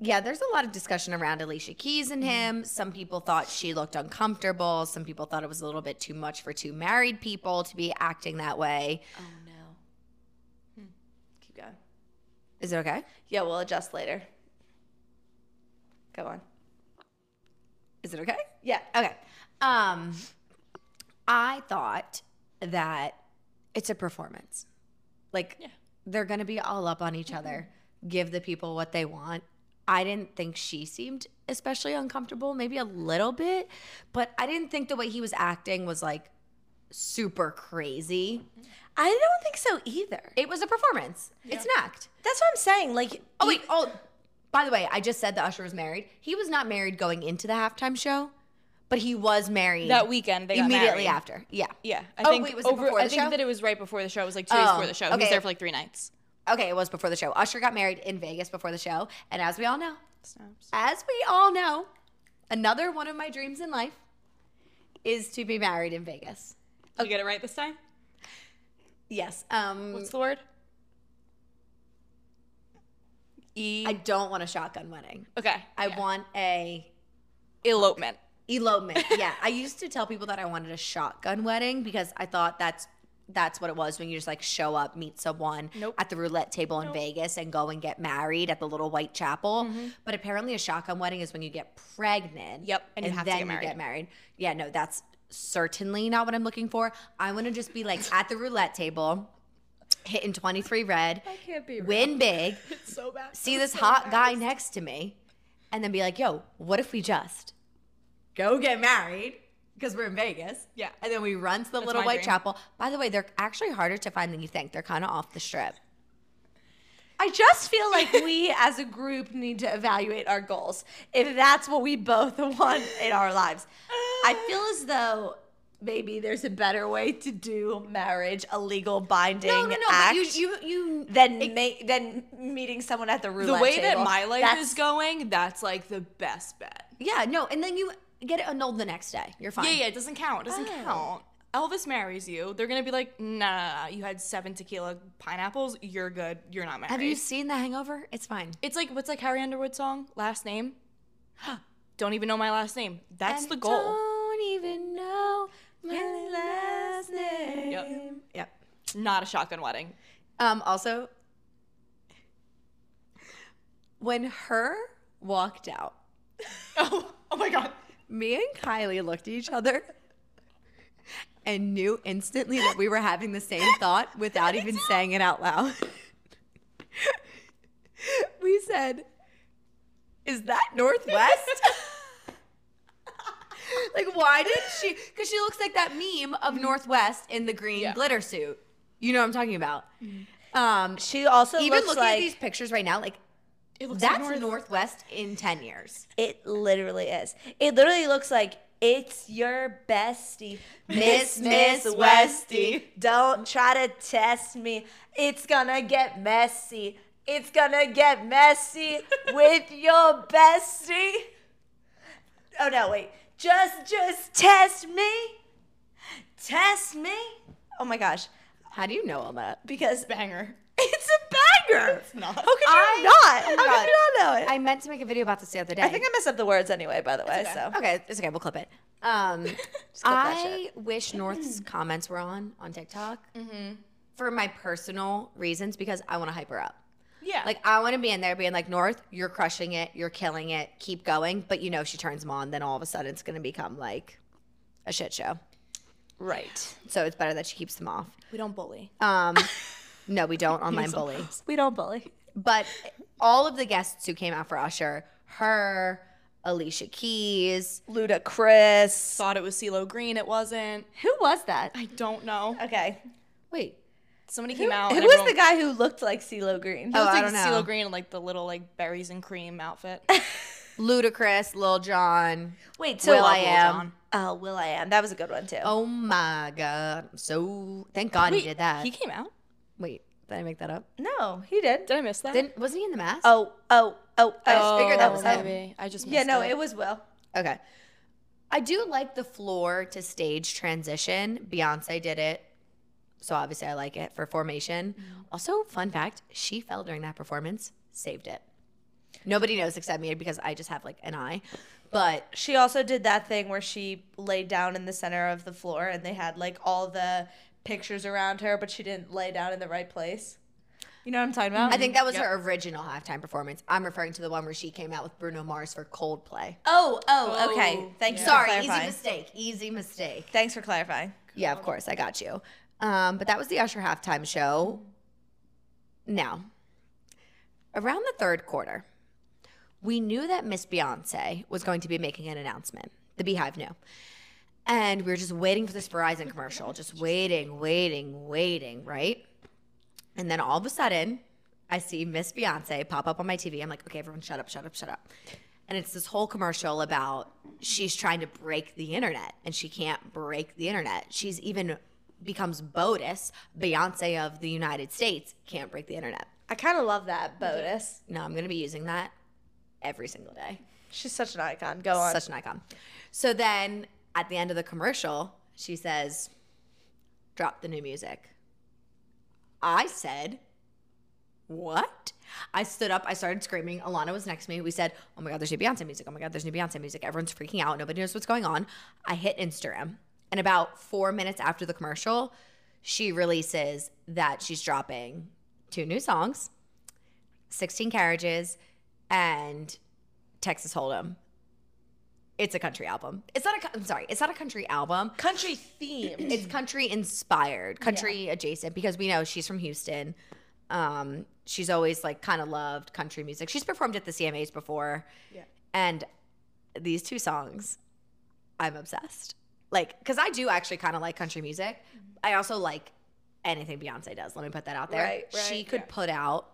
Speaker 1: yeah, there's a lot of discussion around Alicia Keys and him. Some people thought she looked uncomfortable. Some people thought it was a little bit too much for two married people to be acting that way.
Speaker 2: Oh no. Hmm. Keep going.
Speaker 1: Is it okay?
Speaker 2: Yeah, we'll adjust later. Go on.
Speaker 1: Is it okay?
Speaker 2: Yeah.
Speaker 1: Okay. Um, I thought that it's a performance. Like they're gonna be all up on each other. Give the people what they want. I didn't think she seemed especially uncomfortable, maybe a little bit, but I didn't think the way he was acting was like super crazy.
Speaker 2: I don't think so either.
Speaker 1: It was a performance. It's an act.
Speaker 2: That's what I'm saying. Like,
Speaker 1: Oh wait, oh by the way, I just said the Usher was married. He was not married going into the halftime show, but he was married
Speaker 3: That weekend, they got
Speaker 1: immediately
Speaker 3: married.
Speaker 1: after. Yeah.
Speaker 3: Yeah, I
Speaker 1: Oh,
Speaker 3: think
Speaker 1: wait, was it before
Speaker 3: I
Speaker 1: the
Speaker 3: think
Speaker 1: show?
Speaker 3: that it was right before the show. It was like two days
Speaker 1: Oh,
Speaker 3: before the show. He
Speaker 1: okay.
Speaker 3: was there for like three nights.
Speaker 1: Okay, it was before the show. Usher got married in Vegas before the show, and as we all know, as we all know, another one of my dreams in life is to be married in Vegas.
Speaker 3: Did you get it right this time?
Speaker 1: Yes. Um
Speaker 3: What's the word? E.
Speaker 1: I don't want a shotgun wedding.
Speaker 3: okay.
Speaker 1: I want a
Speaker 3: elopement.
Speaker 1: elopement. yeah, I used to tell people that I wanted a shotgun wedding because I thought that's that's what it was when you just like show up, meet someone
Speaker 3: Nope. Mm-hmm.
Speaker 1: at the roulette table in Vegas, and go and get married at the little white chapel. But apparently, a shotgun wedding is when you get pregnant.
Speaker 3: Yep, and you have to
Speaker 1: then
Speaker 3: get
Speaker 1: you get married.
Speaker 3: married.
Speaker 1: Yeah, no, that's certainly not what I'm looking for. I want to just be like at the roulette table, hitting 23
Speaker 3: [LAUGHS]
Speaker 1: red,
Speaker 3: can't be
Speaker 1: win big,
Speaker 3: so bad.
Speaker 1: see this hot guy next to me and then be like, yo, what if we just go get married? Because we're in Vegas.
Speaker 3: Yeah.
Speaker 1: And then we run to the little
Speaker 3: my
Speaker 1: white
Speaker 3: dream.
Speaker 1: chapel. By the way, they're actually harder to find than you think. They're kind of off the strip. I just feel
Speaker 2: feel
Speaker 1: [LAUGHS]
Speaker 2: like we as a group need to evaluate our goals if that's what we both [LAUGHS] want in our lives. I feel as though maybe there's a better way to do marriage, a legal binding
Speaker 1: no, no, no.
Speaker 2: act
Speaker 1: But you, you, you.
Speaker 2: than ma- than meeting someone at the
Speaker 3: The
Speaker 2: roulette
Speaker 3: way
Speaker 2: table.
Speaker 3: that my life
Speaker 2: That's-
Speaker 3: is going, that's like the best bet.
Speaker 1: Yeah, no. And then you get it annulled the next day. You're fine.
Speaker 3: Yeah, yeah, it doesn't count. It doesn't
Speaker 1: Oh.
Speaker 3: count. Elvis marries you. They're gonna be like, nah, nah, nah, you had seven tequila pineapples. You're good. You're not married.
Speaker 1: Have you seen The Hangover? It's fine.
Speaker 3: It's like what's like Harry Underwood song? Last name? [GASPS] Don't even know my last name. That's
Speaker 1: And
Speaker 3: the goal.
Speaker 1: Don't even know my last name.
Speaker 3: Yep.
Speaker 1: Yep.
Speaker 3: Not a shotgun wedding. [LAUGHS]
Speaker 1: Um, also, when her walked out,
Speaker 3: Oh, oh my god.
Speaker 1: me and Kylie looked at each other and knew instantly that we were having the same thought without even saying it out loud. [LAUGHS] we said, Is that Northwest? like, why did she? Because she looks like that meme of Northwest in the green
Speaker 3: Yeah.
Speaker 1: glitter suit. You know what I'm talking about. Um,
Speaker 2: [LAUGHS] she also
Speaker 1: even
Speaker 2: looks
Speaker 1: looking
Speaker 2: like
Speaker 1: at these pictures right now, like
Speaker 3: It looks
Speaker 1: that's
Speaker 3: like North-
Speaker 1: Northwest in ten years.
Speaker 2: it literally is. It literally looks like it's your bestie,
Speaker 1: Miss, Miss Westy.
Speaker 2: Don't try to test me. It's gonna get messy. It's gonna get messy [LAUGHS] with your bestie. Oh no, wait. Just, just test me. Test me. Oh my gosh,
Speaker 1: How do you know all that?
Speaker 2: [LAUGHS] because
Speaker 3: banger.
Speaker 2: it's a banger. It's
Speaker 3: not.
Speaker 2: How could you
Speaker 1: I-
Speaker 2: not?
Speaker 1: Oh my
Speaker 2: How could
Speaker 1: God.
Speaker 2: you not know it?
Speaker 1: I meant to make a video about this the other day.
Speaker 2: I think I messed up the words anyway, by the way. So
Speaker 1: okay, it's okay. We'll clip it.
Speaker 2: [LAUGHS]
Speaker 1: Um,
Speaker 2: that
Speaker 1: I wish
Speaker 2: [CLEARS THROAT]
Speaker 1: North's comments were on on TikTok
Speaker 2: Mm-hmm.
Speaker 1: for my personal reasons because I want to hype her up.
Speaker 3: Yeah.
Speaker 1: Like I want to be in there being like, North, you're crushing it, you're killing it, keep going. But you know, she turns them on, then all of a sudden it's gonna become like a shit show.
Speaker 2: right.
Speaker 1: So it's better that she keeps them off.
Speaker 3: we don't bully.
Speaker 2: [LAUGHS]
Speaker 1: Um, no, we don't online bully.
Speaker 2: We don't bully.
Speaker 1: But all of the guests who came out for Usher, her, Alicia Keys,
Speaker 2: Luda Chris.
Speaker 3: Thought it was CeeLo Green. It wasn't.
Speaker 2: Who was that?
Speaker 3: I don't know.
Speaker 2: Okay.
Speaker 1: wait,
Speaker 3: Somebody
Speaker 2: Who,
Speaker 3: came out.
Speaker 2: who
Speaker 3: and
Speaker 2: was
Speaker 3: everyone-
Speaker 2: the guy who looked like CeeLo Green?
Speaker 1: Oh,
Speaker 3: It was
Speaker 1: I
Speaker 3: like
Speaker 1: don't know.
Speaker 3: CeeLo Green in like the little like berries and cream outfit.
Speaker 1: Ludacris, Lil Jon.
Speaker 2: Wait,
Speaker 1: Will
Speaker 2: so
Speaker 1: I Am.
Speaker 2: Oh, Will I Am. That was a good one too.
Speaker 1: Oh my God. I'm so thank God he did that.
Speaker 3: He came out.
Speaker 1: wait, did I make that up?
Speaker 2: no, he did.
Speaker 3: Did I miss that?
Speaker 1: Then wasn't he in the mask?
Speaker 2: Oh, oh, oh,
Speaker 1: I
Speaker 2: oh.
Speaker 1: just figured that was him.
Speaker 3: maybe. I just missed
Speaker 2: Yeah, no,
Speaker 3: it.
Speaker 2: it was Will.
Speaker 1: Okay. I do like the floor to stage transition. Beyonce did it. So obviously I like it for formation. Also, fun fact, she fell during that performance, saved it. Nobody knows except me because I just have like an eye. But
Speaker 2: She also did that thing where she laid down in the center of the floor and they had like all the pictures around her, but she didn't lay down in the right place. You know what I'm talking about?
Speaker 1: I think that was her original halftime performance. I'm referring to the one where she came out with Bruno Mars for Coldplay.
Speaker 2: Oh, oh, okay.
Speaker 3: Oh,
Speaker 2: Thank you.
Speaker 1: Sorry,
Speaker 2: for
Speaker 1: easy
Speaker 2: clarifying.
Speaker 1: mistake. Easy mistake.
Speaker 2: Thanks for clarifying.
Speaker 1: Yeah, of course, I got you. Um, but that was the Usher halftime show. Now, around the third quarter, we knew that Miss Beyonce was going to be making an announcement. The Beehive knew. And we were just waiting for this Verizon commercial, just waiting, waiting, waiting, right? And then all of a sudden, I see Miss Beyonce pop up on my TV. I'm like, okay, everyone, shut up, shut up, shut up. And it's this whole commercial about she's trying to break the internet and she can't break the internet. She's even becomes BOTUS, Beyonce of the United States, can't break the internet.
Speaker 2: I kind of love that, Botus.
Speaker 1: No, I'm going to be using that every single day.
Speaker 2: She's such an icon. Go on.
Speaker 1: Such an icon. So then at the end of the commercial, she says, drop the new music. I said, what? I stood up. I started screaming. Alana was next to me. We said, oh my God, there's new Beyonce music. Oh my God, there's new Beyonce music. Everyone's freaking out. Nobody knows what's going on. I hit Instagram. And about four minutes after the commercial, she releases that she's dropping two new songs, 16 Carriages, and Texas Hold'em. It's a country album. It's not a. co- I'm sorry. It's not a country album.
Speaker 2: Country theme.
Speaker 1: It's country inspired, country adjacent, because we know she's from Houston. Um, she's always like kind of loved country music. She's performed at the CMAs before.
Speaker 3: Yeah.
Speaker 1: And these two songs, I'm obsessed. Like, because I do actually kind of like country music. I also like anything Beyonce does. Let me put that out there.
Speaker 2: Right,
Speaker 1: she
Speaker 2: right,
Speaker 1: could
Speaker 3: yeah.
Speaker 1: put out.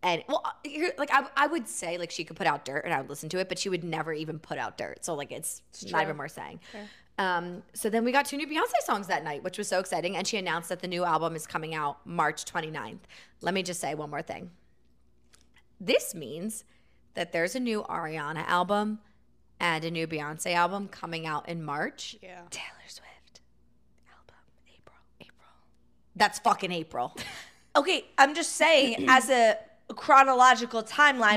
Speaker 1: And well, you're, like I, I would say, like she could put out dirt, and I would listen to it, but she would never even put out dirt. So like, it's, not even worth saying. Um, so then we got two new Beyonce songs that night, which was so exciting. And she announced that the new album is coming out March 29th. Let me just say one more thing. This means that there's a new Ariana album and a new Beyonce album coming out in March.
Speaker 3: Yeah.
Speaker 1: Taylor Swift album, April. April. That's fucking April.
Speaker 2: [CLEARS THROAT] Okay, I'm just [CLEARS THROAT] saying, as a chronological timeline,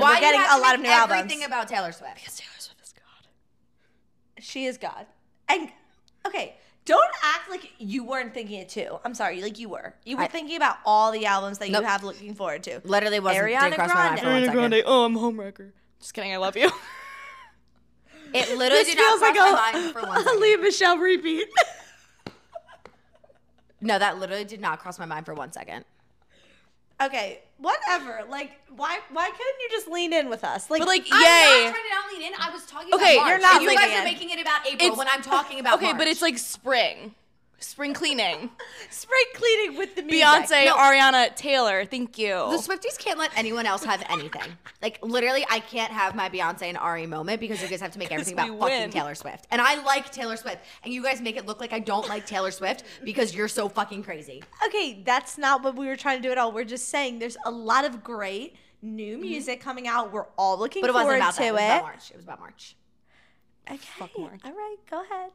Speaker 1: Why
Speaker 2: we're
Speaker 1: you
Speaker 2: getting
Speaker 1: have
Speaker 2: a
Speaker 1: to
Speaker 2: lot of new
Speaker 1: make
Speaker 2: albums.
Speaker 1: everything about Taylor Swift?
Speaker 3: Taylor Swift is God.
Speaker 2: she is God. And okay, don't act like you weren't thinking it too. I'm sorry, like you were. You were
Speaker 1: I-
Speaker 2: thinking about all the albums that
Speaker 1: Nope.
Speaker 2: you have looking forward to.
Speaker 1: Literally wasn't didn't
Speaker 2: Ariana
Speaker 1: cross my mind for
Speaker 2: Grande.
Speaker 1: one
Speaker 3: Ariana
Speaker 1: second.
Speaker 3: Grande. Oh, I'm a homewrecker. Just kidding. I love you. [LAUGHS]
Speaker 1: It literally did not cross my mind for one second.
Speaker 3: Michelle repeat.
Speaker 1: No, that literally did not cross my mind for one second.
Speaker 2: Okay, whatever. Like, why why couldn't you just lean in with us? Like,
Speaker 3: but like,
Speaker 1: I'm
Speaker 3: yay.
Speaker 1: not trying to not lean in. I was talking
Speaker 3: Okay,
Speaker 1: about March.
Speaker 3: you're not
Speaker 1: And you guys
Speaker 2: leaning
Speaker 1: are
Speaker 2: in.
Speaker 1: making it about April when I'm talking about
Speaker 3: okay, but
Speaker 1: March.
Speaker 3: it's like spring, spring [LAUGHS] cleaning.
Speaker 2: spray cleaning with the music.
Speaker 3: Beyonce,
Speaker 1: No.
Speaker 3: Ariana, Taylor. Thank you.
Speaker 1: the Swifties can't let anyone else have anything. Like literally, I can't have my Beyonce and Ari moment because you guys have to make everything
Speaker 3: we
Speaker 1: about fucking
Speaker 3: win.
Speaker 1: Taylor Swift. And I like Taylor Swift, and you guys make it look like I don't like Taylor Swift because you're so fucking crazy.
Speaker 2: Okay, that's not what we were trying to do at all. We're just saying there's a lot of great new music coming out. We're all looking
Speaker 1: Mm-hmm. But it
Speaker 2: forward
Speaker 1: wasn't about that. It
Speaker 2: to
Speaker 1: was about
Speaker 2: it.
Speaker 1: March. It was about March.
Speaker 2: Okay,
Speaker 3: Fuck March.
Speaker 2: all right, go ahead.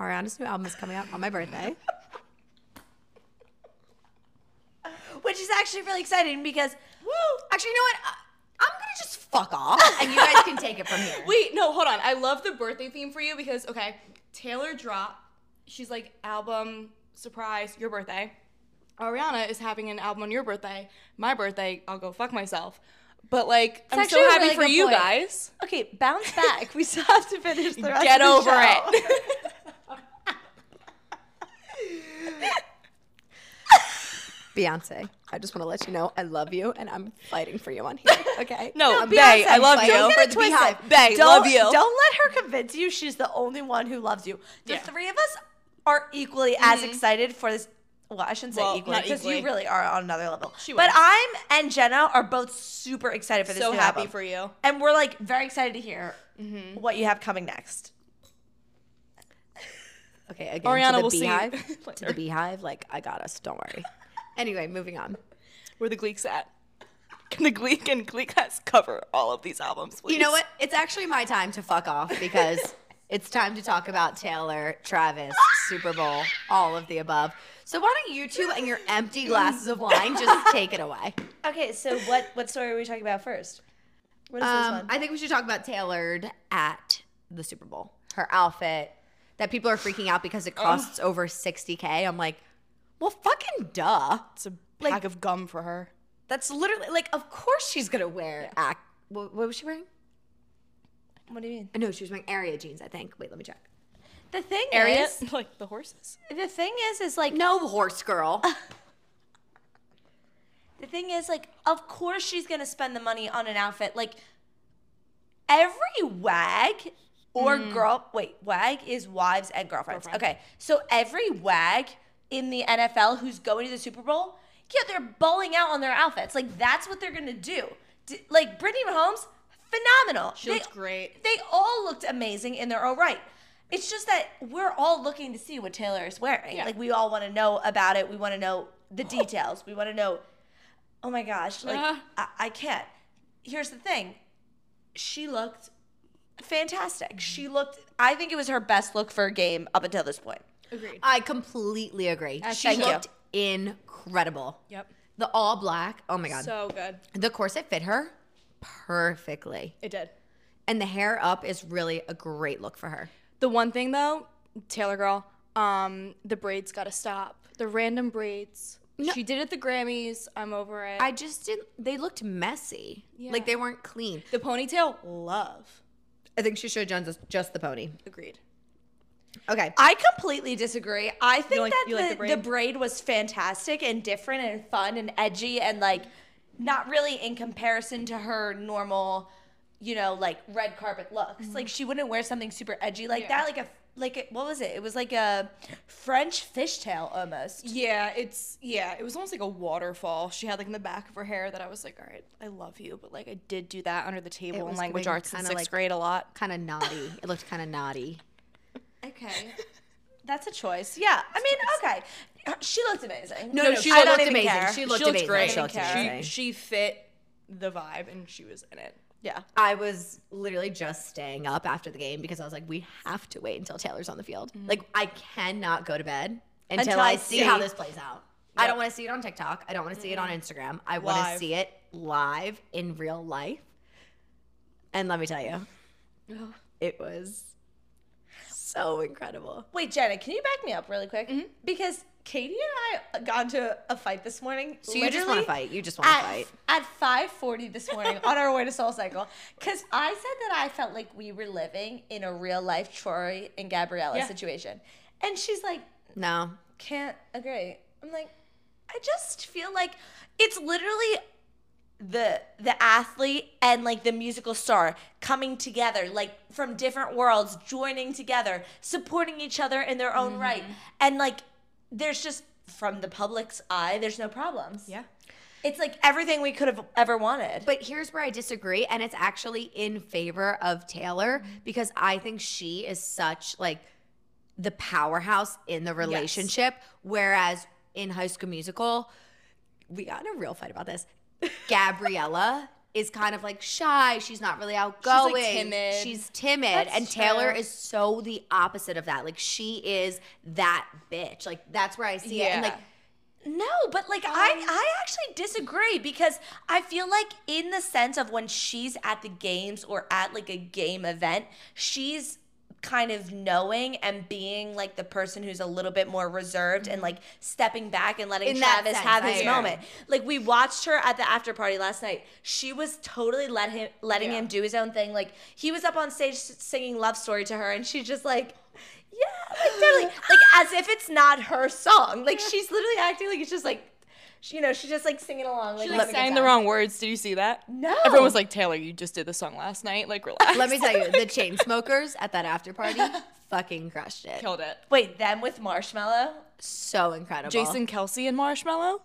Speaker 1: Ariana's new album is coming out on my [LAUGHS] birthday.
Speaker 2: Which is actually really exciting because
Speaker 1: Woo! Actually, you know what? I- I'm gonna just fuck off, and you guys can take it from [LAUGHS] here.
Speaker 3: Wait, no, hold on. I love the birthday theme for you because okay, Taylor drop. She's like album surprise your birthday. Ariana is having an album on your birthday. My birthday, I'll go fuck myself. But like, I'm
Speaker 2: actually
Speaker 3: so
Speaker 2: a
Speaker 3: happy
Speaker 2: really
Speaker 3: for
Speaker 2: good
Speaker 3: you
Speaker 2: point.
Speaker 3: guys.
Speaker 2: Uh, okay, bounce back. we still have to
Speaker 1: [LAUGHS]
Speaker 2: finish the rest.
Speaker 3: Get
Speaker 2: of the
Speaker 3: over
Speaker 2: show.
Speaker 3: it. [LAUGHS]
Speaker 2: [LAUGHS]
Speaker 1: Beyonce, I just want to let you know I love you and I'm fighting for you on [LAUGHS] here. Okay.
Speaker 3: No,
Speaker 1: I'm
Speaker 3: Bae,
Speaker 1: Beyonce,
Speaker 3: I love
Speaker 1: fighting
Speaker 3: you.
Speaker 1: for the beehive.
Speaker 3: Bae,
Speaker 2: don't,
Speaker 3: love you.
Speaker 2: Don't let her convince you she's the only one who loves you. The
Speaker 3: Yeah. Mm-hmm.
Speaker 2: three of us are equally as excited for this. Well, I shouldn't say
Speaker 3: Well,
Speaker 2: equally
Speaker 3: not
Speaker 2: because
Speaker 3: equally.
Speaker 2: you really are on another level.
Speaker 3: She
Speaker 2: but
Speaker 3: was.
Speaker 2: I'm and Jenna are both super excited for this.
Speaker 3: so
Speaker 2: new
Speaker 3: happy
Speaker 2: album.
Speaker 3: for you. Mm-hmm.
Speaker 2: And we're like very excited to hear what you have coming next.
Speaker 1: Okay, again,
Speaker 3: Ariana
Speaker 1: to the
Speaker 3: will see you
Speaker 1: beehive. [LAUGHS] to the
Speaker 3: later.
Speaker 1: beehive, like I got us. Don't worry. Anyway, moving on.
Speaker 3: Where the Gleeks at? Can the Gleek and Gleek has cover all of these albums? Please?
Speaker 1: You know what? It's actually my time to fuck off because it's time to talk about Taylor, Travis, Super Bowl, all of the above. So why don't you two and your empty glasses of wine just take it away?
Speaker 2: Okay, so what what story are we talking about first? What is
Speaker 1: Um, I think we should talk about tailored at the Super Bowl. Her outfit that people are freaking out because it costs over 60K. I'm like, well, fucking duh.
Speaker 3: It's a pack
Speaker 1: Like-
Speaker 3: of gum for her.
Speaker 1: That's literally like, of course she's gonna wear act. What, what was she wearing?
Speaker 2: what do you mean?
Speaker 1: No, she was wearing area jeans, I think. Wait, let me check.
Speaker 2: The thing is,
Speaker 3: like the horses.
Speaker 1: [LAUGHS]
Speaker 2: the thing is, is like
Speaker 1: No horse girl.
Speaker 2: the thing is, like, of course she's gonna spend the money on an outfit. Like, every wag or
Speaker 3: Mm.
Speaker 2: girl, wait, wag is wives and girlfriends.
Speaker 1: Girlfriend.
Speaker 2: Okay, so every wag in the NFL who's going to the Super Bowl, yeah, they're bawling out on their outfits. Like, that's what they're gonna do. D- like, Brittany Mahomes, phenomenal.
Speaker 3: She
Speaker 2: They-
Speaker 3: looks great.
Speaker 2: they all looked amazing in their own right. It's just that we're all looking to see what Taylor is wearing.
Speaker 3: Yeah.
Speaker 2: Like we all want to know about it. We want to know the details. we want to know. Oh my gosh! Like
Speaker 3: Ah.
Speaker 2: I, I can't. Here's the thing. She looked
Speaker 3: Mm-hmm.
Speaker 2: fantastic. She looked. I think it was her best look for a game up until this point.
Speaker 3: Agreed.
Speaker 1: I completely agree.
Speaker 3: Uh,
Speaker 1: she
Speaker 2: thank you.
Speaker 1: looked incredible.
Speaker 3: Yep.
Speaker 1: The all black. Oh my god.
Speaker 3: So good.
Speaker 1: the corset fit her perfectly.
Speaker 3: It did.
Speaker 1: And the hair up is really a great look for her.
Speaker 3: The one thing though, Taylor girl, um, the braids gotta stop. The random braids.
Speaker 1: No.
Speaker 3: She did it at the Grammys. I'm over it.
Speaker 1: I just didn't they looked messy.
Speaker 3: Yeah.
Speaker 1: Like they weren't clean.
Speaker 3: the ponytail, love.
Speaker 1: I think she should have done just, just the pony.
Speaker 3: Agreed.
Speaker 1: Okay.
Speaker 2: I completely disagree. I think
Speaker 3: like-
Speaker 2: that
Speaker 3: you
Speaker 2: the,
Speaker 3: like the braid?
Speaker 2: the braid was fantastic and different and fun and edgy and like not really in comparison to her normal, you know, like red carpet looks. Like she wouldn't wear something super edgy like
Speaker 3: Mm-hmm. Yeah.
Speaker 2: that. Like a like a, what was it? It was like a French fishtail almost.
Speaker 3: Yeah, it's yeah, it was almost like a waterfall. She had like in the back of her hair that I was like, all right, I love you, but like I did do that under the table in
Speaker 1: was
Speaker 3: language
Speaker 1: giving
Speaker 3: arts in
Speaker 1: kinda
Speaker 3: sixth
Speaker 1: like-
Speaker 3: grade a lot.
Speaker 1: Kind of naughty. It looked kind of naughty.
Speaker 2: Okay. [LAUGHS] That's a choice. Yeah. I mean, okay. She looked amazing.
Speaker 1: No,
Speaker 3: No,
Speaker 1: no,
Speaker 3: she
Speaker 1: she
Speaker 3: looked
Speaker 1: looked
Speaker 2: even
Speaker 1: amazing.
Speaker 2: care.
Speaker 1: She looked
Speaker 3: she looked
Speaker 1: amazing.
Speaker 3: great.
Speaker 1: She looked
Speaker 2: care.
Speaker 1: amazing.
Speaker 3: She, she fit the vibe and she was in it.
Speaker 2: yeah.
Speaker 1: I was literally just staying up after the game because I was like, we have to wait until Taylor's on the field. Like, I cannot go to bed until,
Speaker 2: Until
Speaker 1: I
Speaker 2: I
Speaker 1: see
Speaker 2: see-
Speaker 1: how this plays out. I don't want to see it on TikTok. I don't want to see it on Instagram. I want to
Speaker 3: Live.
Speaker 1: see it live in real life. And let me tell you, it was so incredible.
Speaker 2: Wait, Jenna, can you back me up really quick?
Speaker 1: Mm-hmm.
Speaker 2: Because Katie and I got into a fight this morning.
Speaker 1: So you just want
Speaker 2: literally
Speaker 1: to fight. You just want to
Speaker 2: At,
Speaker 1: fight.
Speaker 2: at 5.40 this morning on our way to Soul Cycle. Because I said that I felt like we were living in a real life Troy and Gabriella
Speaker 3: Yeah.
Speaker 2: situation. And she's like,
Speaker 1: No.
Speaker 2: can't agree. I'm like, I just feel like it's literally the the athlete and like the musical star coming together like from different worlds joining together supporting each other in their own right and like there's just from the public's eye there's no problems
Speaker 3: Yeah.
Speaker 2: it's like everything we could have ever wanted
Speaker 1: But here's where I disagree, and it's actually in favor of
Speaker 3: Mm-hmm.
Speaker 1: Taylor because I think she is such like the powerhouse in the relationship. Whereas in High School Musical, we got in a real fight about this. Gabriella is kind of like shy. She's not really outgoing.
Speaker 3: timid.
Speaker 1: She's timid.
Speaker 3: That's
Speaker 1: and Taylor
Speaker 3: true.
Speaker 1: is so the opposite of that. Like she is that bitch. Like that's where I see it. And
Speaker 3: Yeah.
Speaker 1: like
Speaker 2: No, but like
Speaker 1: Um.
Speaker 2: I, I actually disagree because I feel like in the sense of when she's at the games or at like a game event, she's kind of knowing and being like the person who's a little bit more reserved and like stepping back and letting
Speaker 1: Mm-hmm. In that
Speaker 2: Travis
Speaker 1: sense,
Speaker 2: have
Speaker 1: I
Speaker 2: his
Speaker 1: agree.
Speaker 2: moment. Like we watched her at the after party last night. She was totally let him letting
Speaker 3: Yeah.
Speaker 2: him do his own thing. Like he was up on stage s- singing love story to her and she's just like yeah, like totally, like as if it's not her song. Like she's literally acting like it's just like, she- you know, she's just like singing along. Like,
Speaker 3: She
Speaker 2: having
Speaker 3: like
Speaker 2: a
Speaker 3: sang
Speaker 2: good
Speaker 3: the
Speaker 2: time.
Speaker 3: wrong words. Did you see that?
Speaker 2: No.
Speaker 3: Everyone was like, Taylor, you just did the song last night. Like relax.
Speaker 1: let me tell you, the chain smokers at that after party fucking crushed it.
Speaker 3: [LAUGHS] killed it.
Speaker 2: Wait, them with marshmallow.
Speaker 1: so incredible.
Speaker 3: Jason Kelsey and Marshmallow.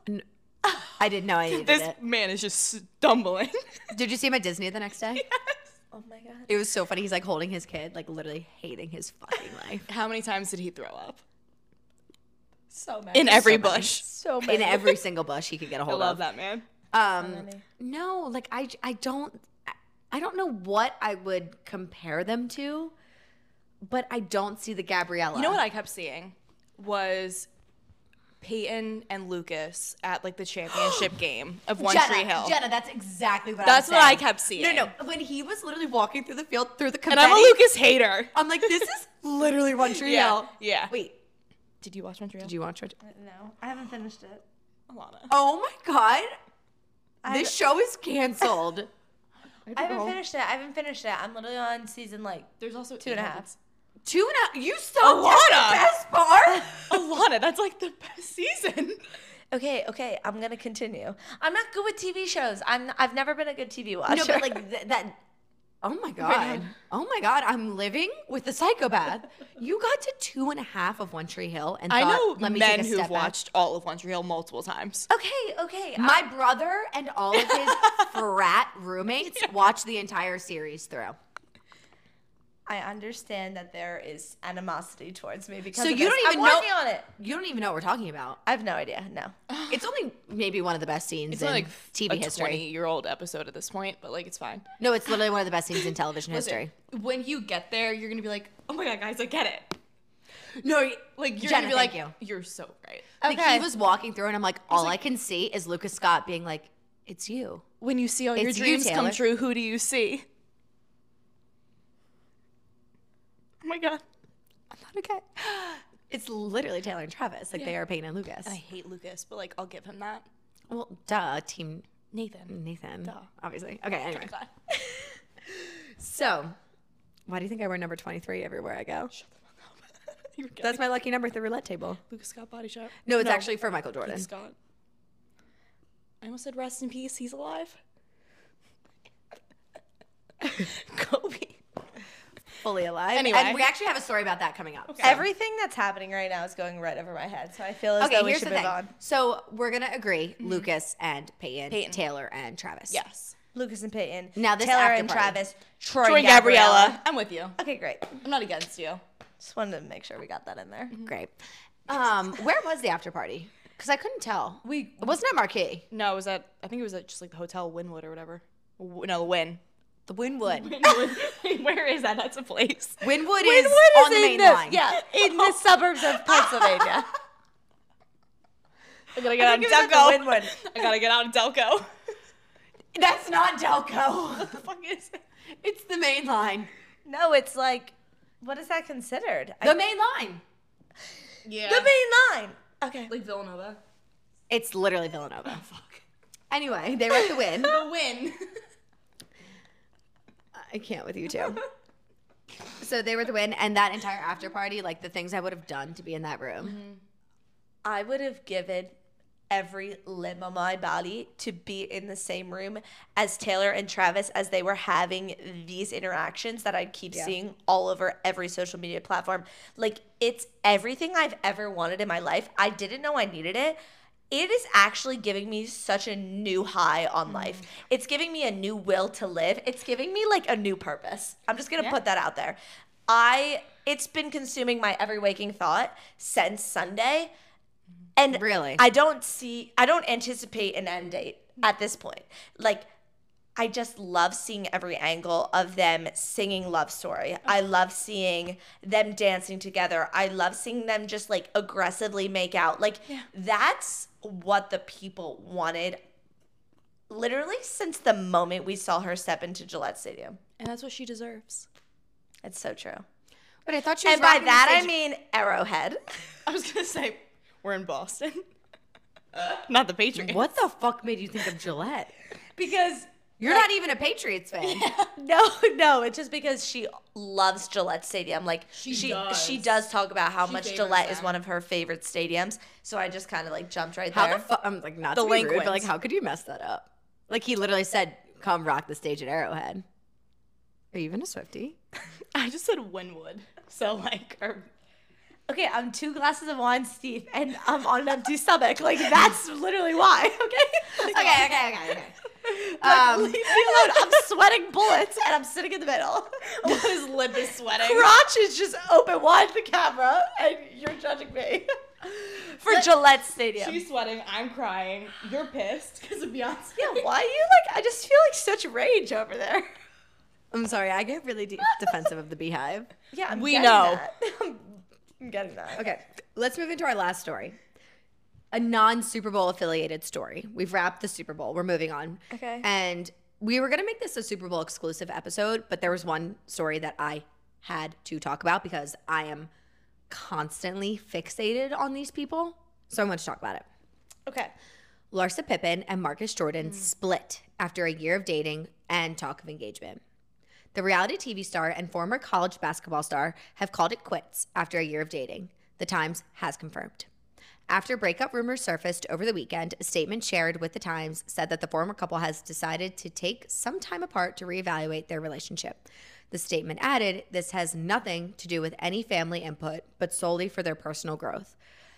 Speaker 1: I didn't
Speaker 3: [LAUGHS]
Speaker 1: know I needed
Speaker 3: This
Speaker 1: it.
Speaker 3: man is just stumbling. [LAUGHS]
Speaker 1: Did you see him at Disney the next day?
Speaker 2: Oh my god.
Speaker 1: It was so funny. He's like holding his kid, like literally hating his
Speaker 3: [LAUGHS]
Speaker 1: fucking life.
Speaker 3: How many times did he throw up?
Speaker 2: So many.
Speaker 3: In every
Speaker 1: so many.
Speaker 3: bush.
Speaker 2: so many.
Speaker 1: In every single bush he could get a
Speaker 3: I
Speaker 1: hold
Speaker 3: love
Speaker 1: of.
Speaker 3: that man.
Speaker 1: Um,
Speaker 2: many.
Speaker 1: no, like I, I don't, I don't know what I would compare them to, but I don't see the Gabriella.
Speaker 3: You know what I kept seeing was Peyton and Lucas at like the [GASPS] championship game of One
Speaker 1: Jenna,
Speaker 3: Tree Hill.
Speaker 1: Jenna, that's exactly what.
Speaker 3: That's
Speaker 1: I
Speaker 3: what I kept seeing.
Speaker 1: No, no. When he was literally walking through the field through the
Speaker 3: And
Speaker 1: confetti,
Speaker 3: I'm a Lucas hater.
Speaker 1: I'm like, this is literally One Tree
Speaker 3: [LAUGHS] Yeah,
Speaker 1: Hill.
Speaker 3: yeah.
Speaker 1: Wait,
Speaker 3: Did you watch One Tree Hill?
Speaker 1: did you watch it?
Speaker 2: No, I haven't finished it.
Speaker 3: Alana.
Speaker 1: Oh my god. This show is canceled.
Speaker 2: I haven't finished it. I haven't finished it. I'm literally on season like.
Speaker 3: There's also two
Speaker 2: and a half.
Speaker 1: [LAUGHS] Two and a you stopped
Speaker 3: Alana!
Speaker 1: [LAUGHS] at the best part.
Speaker 3: Alana, that's like the best season.
Speaker 2: Okay, okay, I'm gonna continue. I'm not good with TV shows. I'm I've never been a good TV watcher.
Speaker 1: No, but
Speaker 2: [LAUGHS]
Speaker 1: like th- that. Oh my god. Oh my god. I'm living with a [LAUGHS] psychopath. You got to two and a half of One Tree Hill, and
Speaker 3: I
Speaker 1: thought,
Speaker 3: know
Speaker 1: Let me
Speaker 3: men
Speaker 1: take a
Speaker 3: who've
Speaker 1: step back.
Speaker 3: watched all of One Tree Hill multiple times.
Speaker 2: okay, okay.
Speaker 1: My brother and all of [LAUGHS] his frat roommates watched the entire series through.
Speaker 2: I understand that there is animosity towards me because
Speaker 1: So
Speaker 2: of
Speaker 1: you
Speaker 2: this.
Speaker 1: don't even
Speaker 2: I'm
Speaker 1: know-
Speaker 2: working on it.
Speaker 1: You don't even know what we're talking [GASPS] about.
Speaker 2: I have no idea. No.
Speaker 1: It's only maybe one of the best scenes
Speaker 3: It's
Speaker 1: in
Speaker 3: only like
Speaker 1: TV
Speaker 3: a
Speaker 1: history.
Speaker 3: twenty-year-old episode at this point, but like it's fine.
Speaker 1: No, it's literally one of the best [LAUGHS] scenes in television history.
Speaker 3: Listen, when you get there, you're gonna be like, "Oh my god, guys, I get it." No, y- like you're
Speaker 1: Jenna,
Speaker 3: gonna be like,
Speaker 1: thank you.
Speaker 3: "You're so right."
Speaker 1: Like
Speaker 2: Okay.
Speaker 1: he was walking through, and I'm like, all I can see is Lucas Scott being like, "It's you."
Speaker 3: When you see all your
Speaker 1: It's you,
Speaker 3: dreams come
Speaker 1: Taylor.
Speaker 3: true, who do you see? Oh my god,
Speaker 1: I'm not okay. [GASPS] It's literally Taylor and Travis. Like they are Peyton and Lucas.
Speaker 3: I hate Lucas, but like I'll give him that.
Speaker 1: Well, duh, team
Speaker 3: Nathan,
Speaker 1: Nathan, obviously. Okay, anyway. So, why do you think I wear number 23 everywhere I go?
Speaker 3: [LAUGHS] You're good.
Speaker 1: That's my lucky number at the roulette table.
Speaker 3: Lucas Scott body shop.
Speaker 1: No, it's actually for Michael
Speaker 3: Lucas
Speaker 1: Jordan.
Speaker 3: Scott. I almost said rest in peace. He's [LAUGHS] alive. Kobe.
Speaker 1: Fully alive.
Speaker 3: Anyway.
Speaker 1: And we actually have a story about that coming up. So-
Speaker 2: Everything that's happening right now is going right over my head, so I feel as
Speaker 1: Okay,
Speaker 2: though we
Speaker 1: here's
Speaker 2: should
Speaker 1: the
Speaker 2: move
Speaker 1: thing.
Speaker 2: on.
Speaker 1: So we're gonna agree, Lucas and Peyton,
Speaker 3: Peyton.
Speaker 1: Taylor and Travis.
Speaker 3: Yes.
Speaker 2: Lucas and Peyton.
Speaker 1: Now this
Speaker 2: Taylor
Speaker 1: after
Speaker 2: and
Speaker 1: party.
Speaker 2: Travis. Troy,
Speaker 3: Join
Speaker 2: and Gabriella.
Speaker 3: Gabriella. I'm with you.
Speaker 2: Okay, great.
Speaker 3: I'm not against you.
Speaker 2: Just wanted to make sure we got that in there.
Speaker 1: Great. Um, where was the after party? Because I couldn't tell.
Speaker 3: We-
Speaker 1: it wasn't at Marquee.
Speaker 3: No, it was at I think it was at just like the hotel Winwood or whatever. W- no, Win.
Speaker 1: The Winwood.
Speaker 3: [LAUGHS] Where is that? That's a place.
Speaker 1: Winwood is
Speaker 2: Winwood
Speaker 1: on the
Speaker 2: is
Speaker 1: main
Speaker 2: in the,
Speaker 1: line.
Speaker 2: Yeah, in
Speaker 3: [LAUGHS]
Speaker 2: the suburbs of Pennsylvania.
Speaker 3: I gotta get out of
Speaker 2: think it was
Speaker 3: Delco.
Speaker 2: at the Winwood.
Speaker 3: I gotta get out of Delco.
Speaker 1: That's not Delco.
Speaker 3: the fuck is it?
Speaker 1: it's the main line.
Speaker 2: no, it's like, what is that considered? I-
Speaker 1: The main line.
Speaker 3: Yeah.
Speaker 2: the main line. Okay.
Speaker 3: like Villanova.
Speaker 1: It's literally Villanova.
Speaker 3: Fuck.
Speaker 1: Anyway, they were at [LAUGHS] the win.
Speaker 3: The Win.
Speaker 1: I can't with you two. So they were at the win, and that entire after party, like the things I would have done to be in that room.
Speaker 2: [LAUGHS] I would have given every limb of my body to be in the same room as Taylor and Travis as they were having these interactions that I keep seeing all over every social media platform. Like it's everything I've ever wanted in my life. I didn't know I needed it. It is actually giving me such a new high on life. It's giving me a new will to live. It's giving me like a new purpose. I'm just going to put that out there. I it's been consuming my every waking thought since Sunday. And
Speaker 1: Really?
Speaker 2: I don't see, I don't anticipate an end date at this point. Like, I just love seeing every angle of them singing Love Story. I love seeing them dancing together. I love seeing them just like aggressively make out. Like, that's what the people wanted literally since the moment we saw her step into Gillette Stadium.
Speaker 3: And that's what she deserves.
Speaker 2: It's so true.
Speaker 1: But I thought she was
Speaker 2: And by
Speaker 1: rocking the
Speaker 2: that, I
Speaker 1: stage-
Speaker 2: mean Arrowhead.
Speaker 3: I was gonna say we're in [LAUGHS] Boston. Not the Patriots.
Speaker 1: what [LAUGHS] the fuck made you think of Gillette?
Speaker 2: because
Speaker 1: You're not even a Patriots fan.
Speaker 2: No, [LAUGHS] no, it's just because she loves Gillette Stadium. Like she she does,
Speaker 3: does.
Speaker 2: talk about how much
Speaker 3: favors
Speaker 2: Gillette is
Speaker 3: them.
Speaker 2: one of her favorite stadiums. So I just kind of like jumped right
Speaker 1: How
Speaker 2: there.
Speaker 1: the fuck? I'm like not to be rude,
Speaker 3: Delinquents.
Speaker 1: but like how could you mess that up? Like he literally said, "Come rock the stage at Arrowhead." Are you even a Swifty?
Speaker 3: I just said Winwood. So like our
Speaker 2: okay, I'm two glasses of wine, Steve, and I'm on an empty stomach. Like that's literally why. [LAUGHS] Okay.
Speaker 1: Okay, okay, okay, okay.
Speaker 2: Um,
Speaker 1: Um,
Speaker 2: leave me alone. I'm sweating bullets and I'm sitting in the [LAUGHS] middle.
Speaker 3: [LAUGHS] his lip is sweating.
Speaker 2: Crotch is just open wide to the camera, and you're judging me for Gillette Stadium.
Speaker 3: She's sweating. I'm crying. You're pissed because of Beyonce.
Speaker 2: yeah, why are you like? I just feel like such rage over there.
Speaker 1: I'm sorry, I get really de- defensive of the beehive.
Speaker 2: Yeah, I'm
Speaker 3: We
Speaker 2: getting
Speaker 3: know.
Speaker 2: that. [LAUGHS] I'm getting that.
Speaker 1: Okay, let's move into our last story. A non Super Bowl affiliated story. We've wrapped the Super Bowl. We're moving on.
Speaker 2: Okay.
Speaker 1: And we were going to make this a Super Bowl exclusive episode, but there was one story that I had to talk about because I am constantly fixated on these people. So I want to talk about it.
Speaker 2: Okay.
Speaker 1: Larsa Pippen and Marcus Jordan split after a year of dating and talk of engagement. The reality TV star and former college basketball star have called it quits after a year of dating, The Times has confirmed. After breakup rumors surfaced over the weekend, a statement shared with The Times said that the former couple has decided to take some time apart to reevaluate their relationship. The statement added, This has nothing to do with any family input, but solely for their personal growth.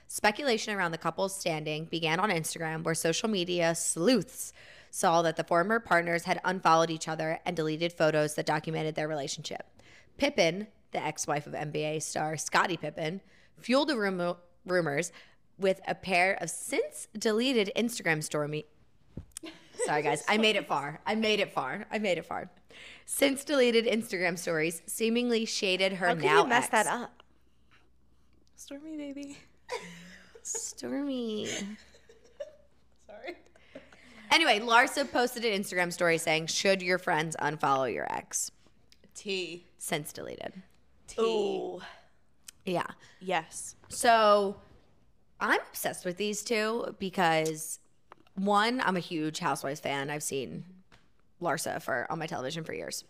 Speaker 1: Speculation around the couple's standing began on Instagram, where social media sleuths saw that the former partners had unfollowed each other and deleted photos that documented their relationship. Pippen, the ex wife of NBA star Scottie Pippen, fueled the rumo- rumors with a pair of since deleted Instagram story. Sorry, guys. I made it far. I made it far. I made it far. Since deleted Instagram stories seemingly shaded her
Speaker 2: How could
Speaker 1: now
Speaker 2: you mess
Speaker 1: ex.
Speaker 2: that up?
Speaker 3: [LAUGHS] Stormy baby.
Speaker 1: Stormy.
Speaker 3: Sorry.
Speaker 1: Anyway, Larsa posted an Instagram story saying, "Should your friends unfollow your ex?"
Speaker 3: T.
Speaker 1: Since deleted.
Speaker 3: T.
Speaker 2: Ooh.
Speaker 1: Yeah.
Speaker 3: Yes.
Speaker 1: So I'm obsessed with these two because one, I'm a huge Housewives fan. I've seen Larsa for on my television for years.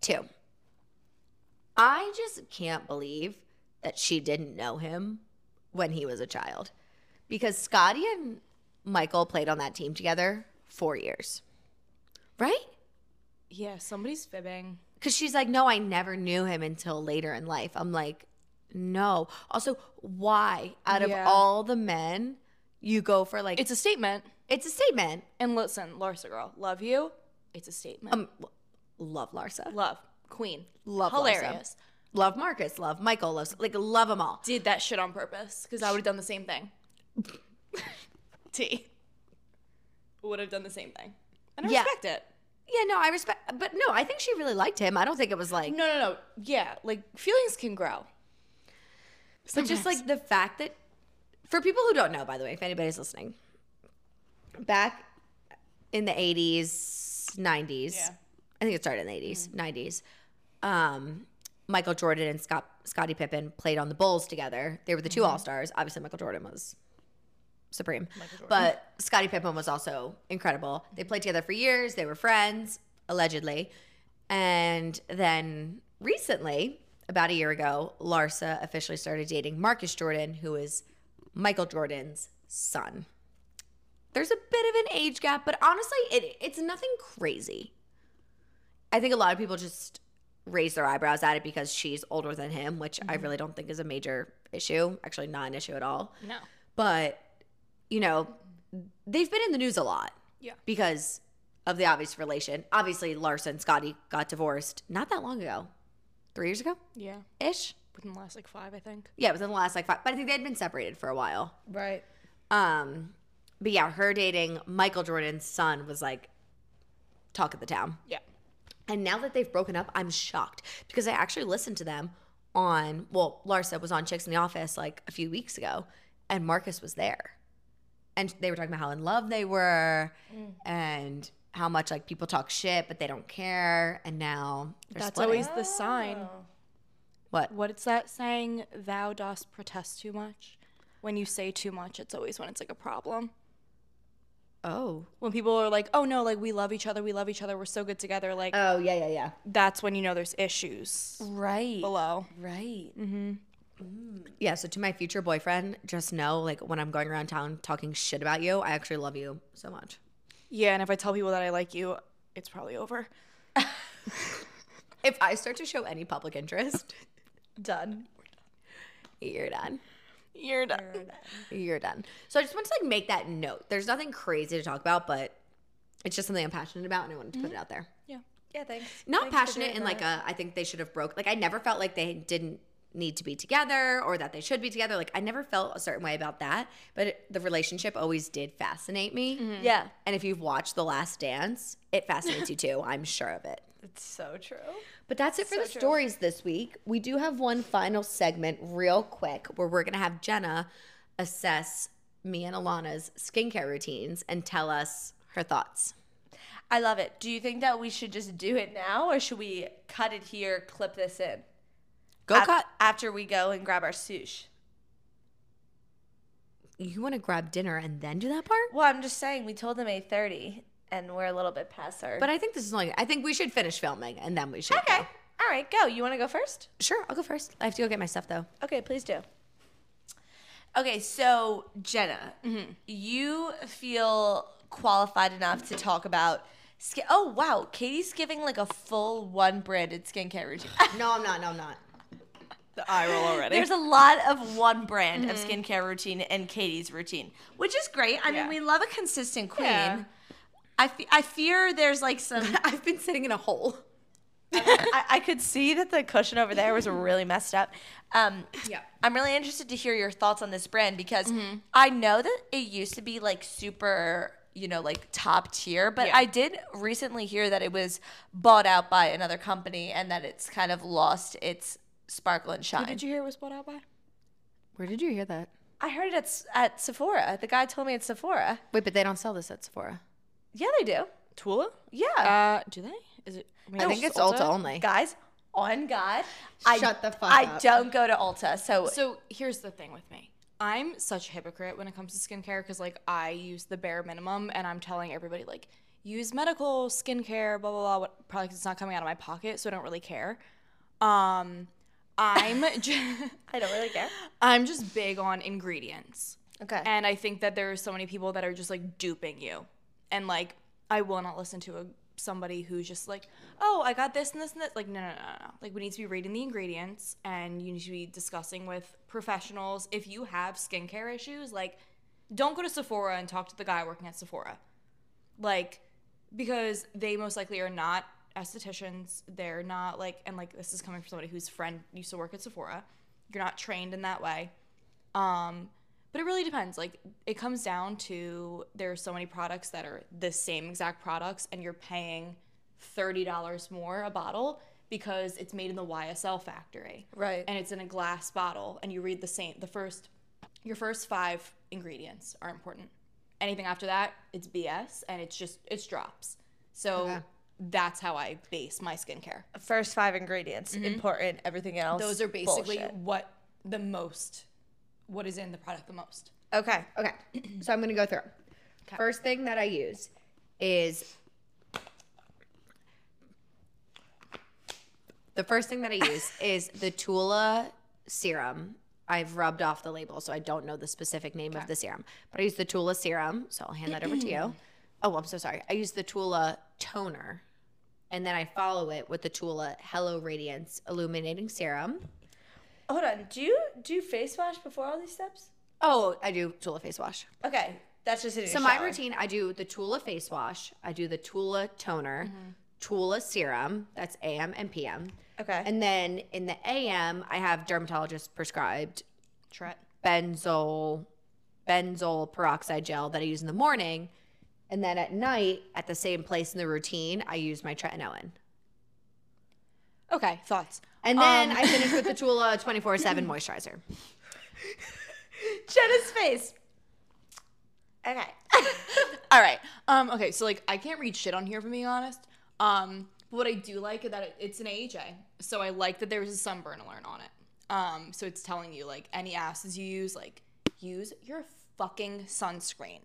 Speaker 1: Two, I just can't believe that she didn't know him when he was a child. Because Scotty and Michael played on that team together four years. Right?
Speaker 3: Yeah, somebody's fibbing.
Speaker 1: Because she's like, no, I never knew him until later in life. I'm like, no. Also, why out
Speaker 3: Yeah.
Speaker 1: of all the men you go for like
Speaker 3: It's a statement.
Speaker 1: it's a statement.
Speaker 3: And listen, Larsa girl, love you. It's a statement.
Speaker 1: Um, l- love Larsa,
Speaker 3: love queen.
Speaker 1: Love Larsa.
Speaker 3: hilarious.
Speaker 1: love Marcus, love Michael, loves like love them all.
Speaker 3: Did that shit on purpose because I would have done the same [LAUGHS] thing. T. Would have done the same thing. And I
Speaker 1: Yeah.
Speaker 3: respect it.
Speaker 1: Yeah, no, I respect, but no, I think she really liked him. I don't think it was like,
Speaker 3: No, no, no. Yeah, like feelings can grow.
Speaker 1: but just like the fact that for people who don't know, by the way, if anybody's listening, back in the '80s, '90s,
Speaker 3: Yeah.
Speaker 1: I think it started in the '80s, '90s. Um, Michael Jordan and Scott Scottie Pippen played on the Bulls together. They were the 2 All Stars. Obviously, Michael Jordan was supreme, but Scottie Pippen was also incredible. They played together for years. They were friends, allegedly, and then recently, about a year ago, Larsa officially started dating Marcus Jordan, who is Michael Jordan's son. There's a bit of an age gap, but honestly, it, it's nothing crazy. I think a lot of people just raise their eyebrows at it because she's older than him, which I really don't think is a major issue. Actually, not an issue at all.
Speaker 3: No.
Speaker 1: But, you know, they've been in the news a lot.
Speaker 3: Yeah.
Speaker 1: Because of the obvious relation. Obviously, Larson and Scotty got divorced not that long ago. Three years ago
Speaker 3: Yeah.
Speaker 1: ish.
Speaker 3: Within the last like five, I think.
Speaker 1: Yeah, within the last like five, but I think they'd been separated for a while.
Speaker 3: Right.
Speaker 1: Um, but yeah, her dating Michael Jordan's son was like talk of the town.
Speaker 3: Yeah.
Speaker 1: And now that they've broken up, I'm shocked because I actually listened to them on, well, Larsa was on Chicks in the Office like a few weeks ago and Marcus was there. And they were talking about how in love they were
Speaker 3: Mm.
Speaker 1: and how much like people talk shit, but they don't care. And now they're
Speaker 3: That's
Speaker 1: splitting.
Speaker 3: always the sign.
Speaker 1: what?
Speaker 3: What is that saying? Thou dost protest too much. When you say too much, it's always when it's like a problem.
Speaker 1: Oh.
Speaker 3: When people are like, oh no, like we love each other, we love each other, we're so good together, like
Speaker 1: Oh, yeah, yeah, yeah.
Speaker 3: that's when you know there's issues
Speaker 1: Right.
Speaker 3: below.
Speaker 1: Right. Mm-hmm. Yeah. So to my future boyfriend, just know, like when I'm going around town talking shit about you, I actually love you so much.
Speaker 3: Yeah, and if I tell people that I like you, it's probably over.
Speaker 1: If I start to show any public interest, [LAUGHS]
Speaker 3: Done.
Speaker 1: you're done.
Speaker 3: You're done.
Speaker 1: You're done. So I just want to like make that note. There's nothing crazy to talk about, but it's just something I'm passionate about, and I wanted to put it out there.
Speaker 3: Yeah.
Speaker 2: Yeah, thanks.
Speaker 1: Not
Speaker 2: Mm-hmm. Thanks for
Speaker 1: passionate
Speaker 2: doing
Speaker 1: in like
Speaker 2: that.
Speaker 1: a I think they should have broke. Like I never felt like they didn't need to be together or that they should be together. Like I never felt a certain way about that, but it, the relationship always did fascinate me.
Speaker 2: Mm. Yeah,
Speaker 1: And if you've watched The Last Dance, it fascinates you too. I'm sure of it.
Speaker 2: it's so true.
Speaker 1: But that's it for the stories this week. We do have one final segment, real quick, where we're going to have Jenna assess me and Alana's skincare routines and tell us her thoughts.
Speaker 2: I love it. Do you think that we should just do it now, or should we cut it here, clip this in?
Speaker 1: Go
Speaker 2: Af-
Speaker 1: cut.
Speaker 2: after we go and grab our sush.
Speaker 1: You want to grab dinner and then do that part?
Speaker 2: Well, I'm just saying we told them 8:30, and we're a little bit past our.
Speaker 1: But I think this is only, I think we should finish filming and then we should.
Speaker 2: okay,
Speaker 1: go.
Speaker 2: all right, go. You want to go first?
Speaker 1: Sure, I'll go first. I have to go get my stuff though.
Speaker 2: Okay, please do. Okay, so Jenna,
Speaker 3: Mm-hmm.
Speaker 2: you feel qualified enough to talk about skin. Oh wow, Katie's giving like a full one branded skincare routine. [LAUGHS]
Speaker 1: No, I'm not. No, I'm not. [LAUGHS]
Speaker 3: The eye roll already.
Speaker 2: There's a lot of one brand of skincare routine in Katie's routine, which is great. I mean,
Speaker 3: Mm-hmm. Yeah.
Speaker 2: we love a consistent queen.
Speaker 3: Yeah.
Speaker 2: I, fe- I fear there's like some.
Speaker 3: [LAUGHS]
Speaker 1: I've been sitting in a hole.
Speaker 2: I, I could see that the cushion over there was really messed up. Um,
Speaker 1: Yeah.
Speaker 2: I'm really interested to hear your thoughts on this brand because I know that it used to be like super, you know, like top tier, but
Speaker 3: Yeah.
Speaker 2: I did recently hear that it was bought out by another company and that it's kind of lost its sparkle and shine.
Speaker 3: Did you hear it was bought out by?
Speaker 1: Where did you hear that?
Speaker 2: I heard it at, S- at Sephora. The guy told me at Sephora.
Speaker 1: Wait, but they don't sell this at Sephora.
Speaker 2: Yeah, they do.
Speaker 3: Tula?
Speaker 2: Yeah.
Speaker 3: Uh, do they? Is it?
Speaker 1: I think it's Ulta only.
Speaker 2: Guys, on God. I-
Speaker 1: Shut the fuck
Speaker 2: I
Speaker 1: up.
Speaker 2: don't go to Ulta, so,
Speaker 3: So here's the thing with me. I'm such a hypocrite when it comes to skincare because like I use the bare minimum and I'm telling everybody like use medical skincare, blah blah blah. What probably 'cause it's not coming out of my pocket, so I don't really care. Um, I'm [LAUGHS] ju-
Speaker 2: I don't really care.
Speaker 3: I'm just big on ingredients.
Speaker 2: Okay.
Speaker 3: And I think that there are so many people that are just like duping you. And like, I will not listen to a, somebody who's just like, oh, I got this and this and this. Like, no, no, no, no, no. Like, we need to be reading the ingredients and you need to be discussing with professionals. If you have skincare issues, like, don't go to Sephora and talk to the guy working at Sephora. Like, because they most likely are not estheticians. They're not like, and like, this is coming from somebody whose friend used to work at Sephora. You're not trained in that way. Um, but it really depends. Like it comes down to there are so many products that are the same exact products, and you're paying thirty dollars more a bottle because it's made in the YSL factory,
Speaker 2: Right.
Speaker 3: And it's in a glass bottle, and you read the same. The first, your first five ingredients are important. Anything after that, it's BS, and it's just it's drops. So
Speaker 1: Okay.
Speaker 3: that's how I base my skincare.
Speaker 2: First five ingredients important. Everything else.
Speaker 3: Those are basically
Speaker 2: bullshit.
Speaker 3: what the most, what is in the product the most.
Speaker 2: okay.
Speaker 1: Okay, so I'm gonna go through. 'em. First thing that I use is the first thing that I use is the Tula serum. I've rubbed off the label, so I don't know the specific name of the serum, but I use the Tula serum. So I'll hand that over to you. Oh, I'm so sorry. I use the Tula toner, and then I follow it with the Tula Hello Radiance Illuminating Serum.
Speaker 2: Hold on. Do you do you face wash before all these steps?
Speaker 1: Oh, I do Tula face wash.
Speaker 2: Okay, that's just in your
Speaker 1: So my
Speaker 2: shower.
Speaker 1: routine, I do the Tula face wash, I do the Tula toner, Tula serum, that's AM and PM.
Speaker 2: Okay.
Speaker 1: And then in the AM, I have dermatologist prescribed
Speaker 3: Tret.
Speaker 1: benzoyl benzoyl peroxide gel that I use in the morning. And then at night, at the same place in the routine, I use my tretinoin.
Speaker 3: Okay, thoughts.
Speaker 1: And then
Speaker 3: Um,
Speaker 1: I finish with the Tula 24/7 moisturizer.
Speaker 2: Jenna's face. Okay.
Speaker 3: [LAUGHS] All right. Um. Okay. So like, I can't read shit on here, if I'm being honest. Um. But what I do like is that it, it's an AHA, so I like that there is a sunburn alert on it. Um. So it's telling you like any acids you use, like use your fucking sunscreen.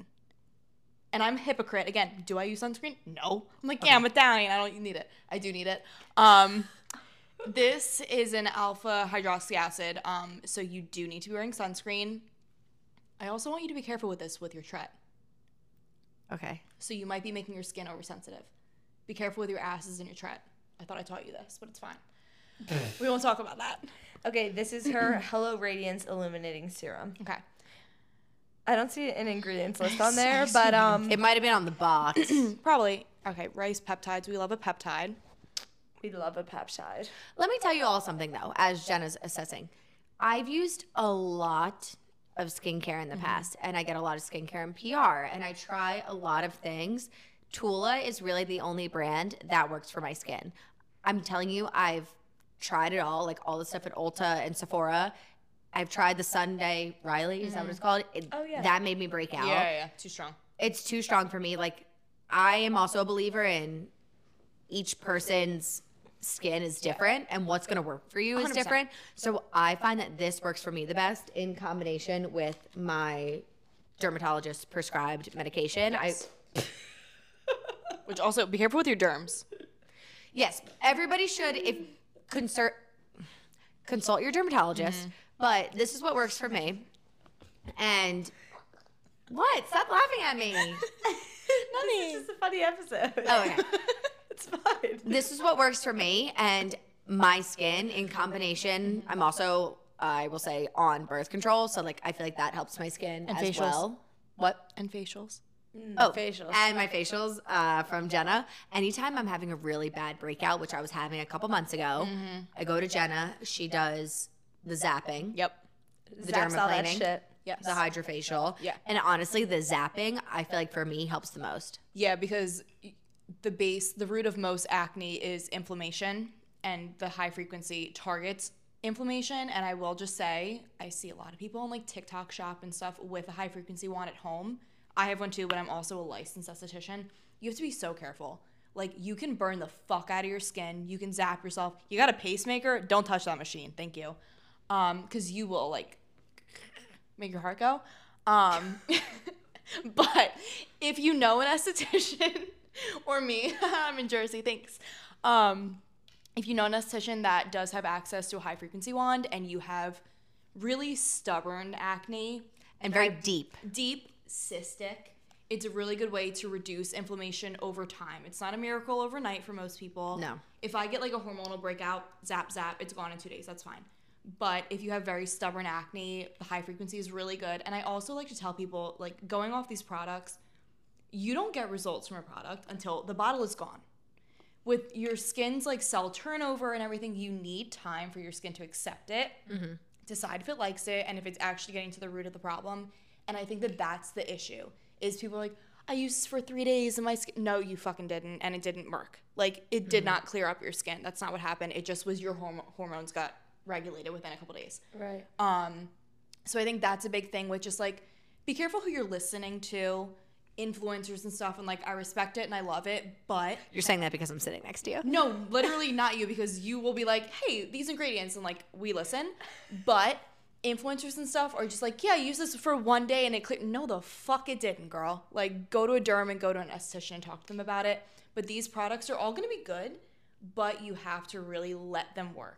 Speaker 3: And I'm a hypocrite again. Do I use sunscreen? No. I'm like, yeah, I'm Italian. I don't need it. I do need it. Um. This is an alpha hydroxy acid, um, so you do need to be wearing sunscreen. I also want you to be careful with this with your tret
Speaker 1: Okay.
Speaker 3: so you might be making your skin oversensitive. Be careful with your asses and your tread. I thought I taught you this, but it's fine. we won't talk about that.
Speaker 2: Okay, this is [CLEARS THROAT] her Hello Radiance Illuminating Serum.
Speaker 3: Okay.
Speaker 2: I don't see an ingredients list [LAUGHS] on there, but um,
Speaker 1: It might have been on the box.
Speaker 3: Probably. Okay, rice peptides. We love a peptide.
Speaker 2: we love a [LAUGHS] peptide.
Speaker 1: Let me tell you all something though, as Jenna's assessing. I've used a lot of skincare in the
Speaker 2: Mm-hmm.
Speaker 1: past and I get a lot of skincare in PR and I try a lot of things. Tula is really the only brand that works for my skin. I'm telling you, I've tried it all, like all the stuff at Ulta and Sephora. I've tried the Sunday Riley, is that what it's called? It-
Speaker 2: Oh, yeah.
Speaker 1: That made me break out
Speaker 3: yeah. Too strong.
Speaker 1: it's too strong for me. Like I am also a believer in each person's skin is different and what's going to work for you is
Speaker 3: 100%.
Speaker 1: different. So I find that this works for me the best in combination with my dermatologist prescribed medication. I
Speaker 3: [LAUGHS] Which also, be careful with your derms.
Speaker 1: Yes, everybody should if
Speaker 3: Mm-hmm.
Speaker 1: concert consult your dermatologist. But this is what works for me. And what? Stop laughing at me.
Speaker 3: This is a funny episode.
Speaker 1: Oh, okay.
Speaker 3: [LAUGHS] it's fine.
Speaker 1: This is what works for me and my skin in combination. I'm also, I will say, on birth control. So, like, I feel like that helps my skin as
Speaker 3: facials.
Speaker 1: well. What?
Speaker 3: And facials.
Speaker 1: Oh,
Speaker 3: facials.
Speaker 1: And my facials uh, from Jenna. Anytime I'm having a really bad breakout, which I was having a couple months ago,
Speaker 3: Mm-hmm.
Speaker 1: I go to Jenna. She does the zapping,
Speaker 3: Yep.
Speaker 1: the
Speaker 2: Zaps all that
Speaker 1: dermaplaning,
Speaker 2: shit.
Speaker 3: Yes.
Speaker 1: the hydrofacial.
Speaker 3: Yeah.
Speaker 1: And honestly, the zapping, I feel like for me, helps the most.
Speaker 3: Yeah, because y- the base, the root of most acne is inflammation, and the high frequency targets inflammation. And I will just say, I see a lot of people on like TikTok shop and stuff with a high frequency one at home. I have one too, but I'm also a licensed esthetician. You have to be so careful. Like, you can burn the fuck out of your skin. You can zap yourself. You got a pacemaker? Don't touch that machine. Thank you. Um, because you will like make your heart go. Um, [LAUGHS] but if you know an esthetician [LAUGHS] or me, [LAUGHS] I'm in Jersey, thanks. Um, if you know an esthetician that does have access to a high frequency wand and you have really stubborn acne,
Speaker 1: And very deep.
Speaker 3: deep cystic, it's a really good way to reduce inflammation over time. It's not a miracle overnight for most people.
Speaker 1: No.
Speaker 3: If I get like a hormonal breakout, zap, zap, it's gone in two days. That's fine. But if you have very stubborn acne, the high frequency is really good. And I also like to tell people, like, going off these products, you don't get results from a product until the bottle is gone. With your skin's like cell turnover and everything, you need time for your skin to accept it, decide if it likes it, and if it's actually getting to the root of the problem. And I think that that's the issue: is people are like, I used this for three days and my skin. No, you fucking didn't, and it didn't work. Like it did not clear up your skin. That's not what happened. It just was your horm- hormones got regulated within a couple days.
Speaker 2: Right.
Speaker 3: Um, so I think that's a big thing with just like be careful who you're listening to, influencers and stuff. And like I respect it and I love it, but
Speaker 1: You're saying that because I'm sitting next to you.
Speaker 3: no, literally not you because you will be like, hey, these ingredients, and like we listen, but influencers and stuff are just like, yeah, use this for one day and it clicked. No, the fuck it didn't, girl. Like go to a derm and go to an esthetician and talk to them about it. But these products are all gonna be good, but you have to really let them work.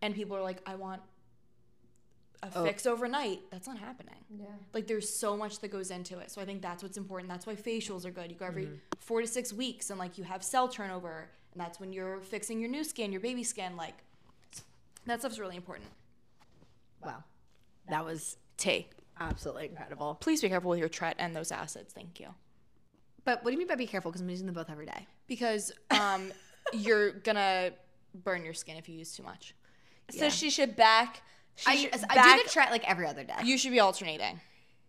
Speaker 3: And people are like, I want a fix overnight. That's not happening.
Speaker 2: Yeah.
Speaker 3: Like there's so much that goes into it. So I think that's what's important. That's why facials are good. You go every four to six weeks and like you have cell turnover and that's when you're fixing your new skin, your baby skin, like that stuff's really important.
Speaker 1: Wow. That was
Speaker 3: T.
Speaker 1: absolutely incredible.
Speaker 3: Please be careful with your tret and those acids, thank you.
Speaker 1: But what do you mean by be careful? Because I'm using them both every day.
Speaker 3: Because um [LAUGHS] you're gonna burn your skin if you use too much.
Speaker 2: So she should back. She
Speaker 1: I,
Speaker 2: should
Speaker 1: I
Speaker 2: back
Speaker 1: do the tret like every other day.
Speaker 3: You should be alternating.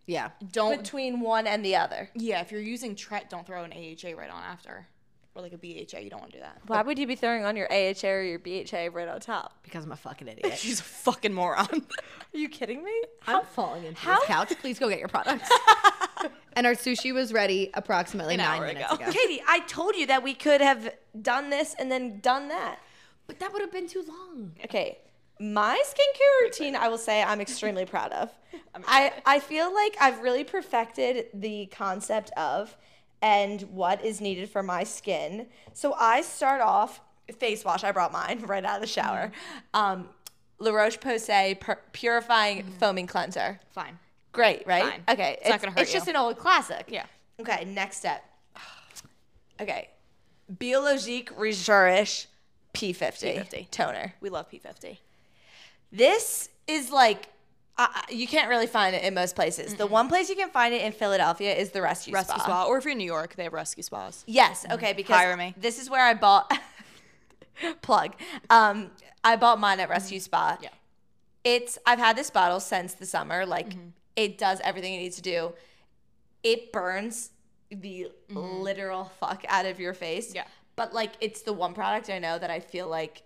Speaker 1: yeah.
Speaker 3: Don't
Speaker 2: between one and the other.
Speaker 3: yeah, if you're using tret, don't throw an AHA right on after. Or like a BHA, you don't wanna do that.
Speaker 2: Why would you be throwing on your AHA or your BHA right on top?
Speaker 1: Because I'm a fucking [LAUGHS] idiot.
Speaker 3: [LAUGHS] She's a fucking moron.
Speaker 2: Are you kidding me?
Speaker 1: I'm falling into this couch. Please go get your products. [LAUGHS] and our sushi was ready approximately nine
Speaker 3: hour
Speaker 1: minutes ago.
Speaker 3: ago.
Speaker 2: Katie, I told you that we could have done this and then done that.
Speaker 1: But that would have been too long.
Speaker 2: Okay. My skincare routine, I will say, I'm extremely proud
Speaker 3: [LAUGHS]
Speaker 2: of. I, I feel like I've really perfected the concept of and what is needed for my skin. So I start off face wash. I brought mine [LAUGHS] right out of the shower.
Speaker 3: Mm-hmm.
Speaker 2: Um, La Roche Posay pur- Purifying Foaming Cleanser.
Speaker 3: Fine.
Speaker 2: Great, right?
Speaker 3: Mm-hmm. Fine.
Speaker 2: Okay.
Speaker 3: It's not gonna hurt
Speaker 2: It's just
Speaker 3: you.
Speaker 2: an old classic.
Speaker 3: Yeah.
Speaker 2: Okay, next step. [SIGHS] Okay. Biologique Rejourish P50,
Speaker 3: P50.
Speaker 2: toner.
Speaker 3: We love P50.
Speaker 2: This is like uh, you can't really find it in most places. The one place you can find it in Philadelphia is the Rescue,
Speaker 3: Rescue
Speaker 2: Spa.
Speaker 3: spa. or if you're in New York, they have rescue spas.
Speaker 2: Yes, okay, because
Speaker 3: Hire me.
Speaker 2: this is where I bought [LAUGHS] plug. Um, I bought mine at Rescue Spa.
Speaker 3: Mm-hmm. Yeah.
Speaker 2: It's I've had this bottle since the summer. Like
Speaker 3: Mm-hmm.
Speaker 2: it does everything it needs to do. It burns the literal fuck out of your face.
Speaker 3: Mm-hmm. Yeah.
Speaker 2: But like it's the one product I know that I feel like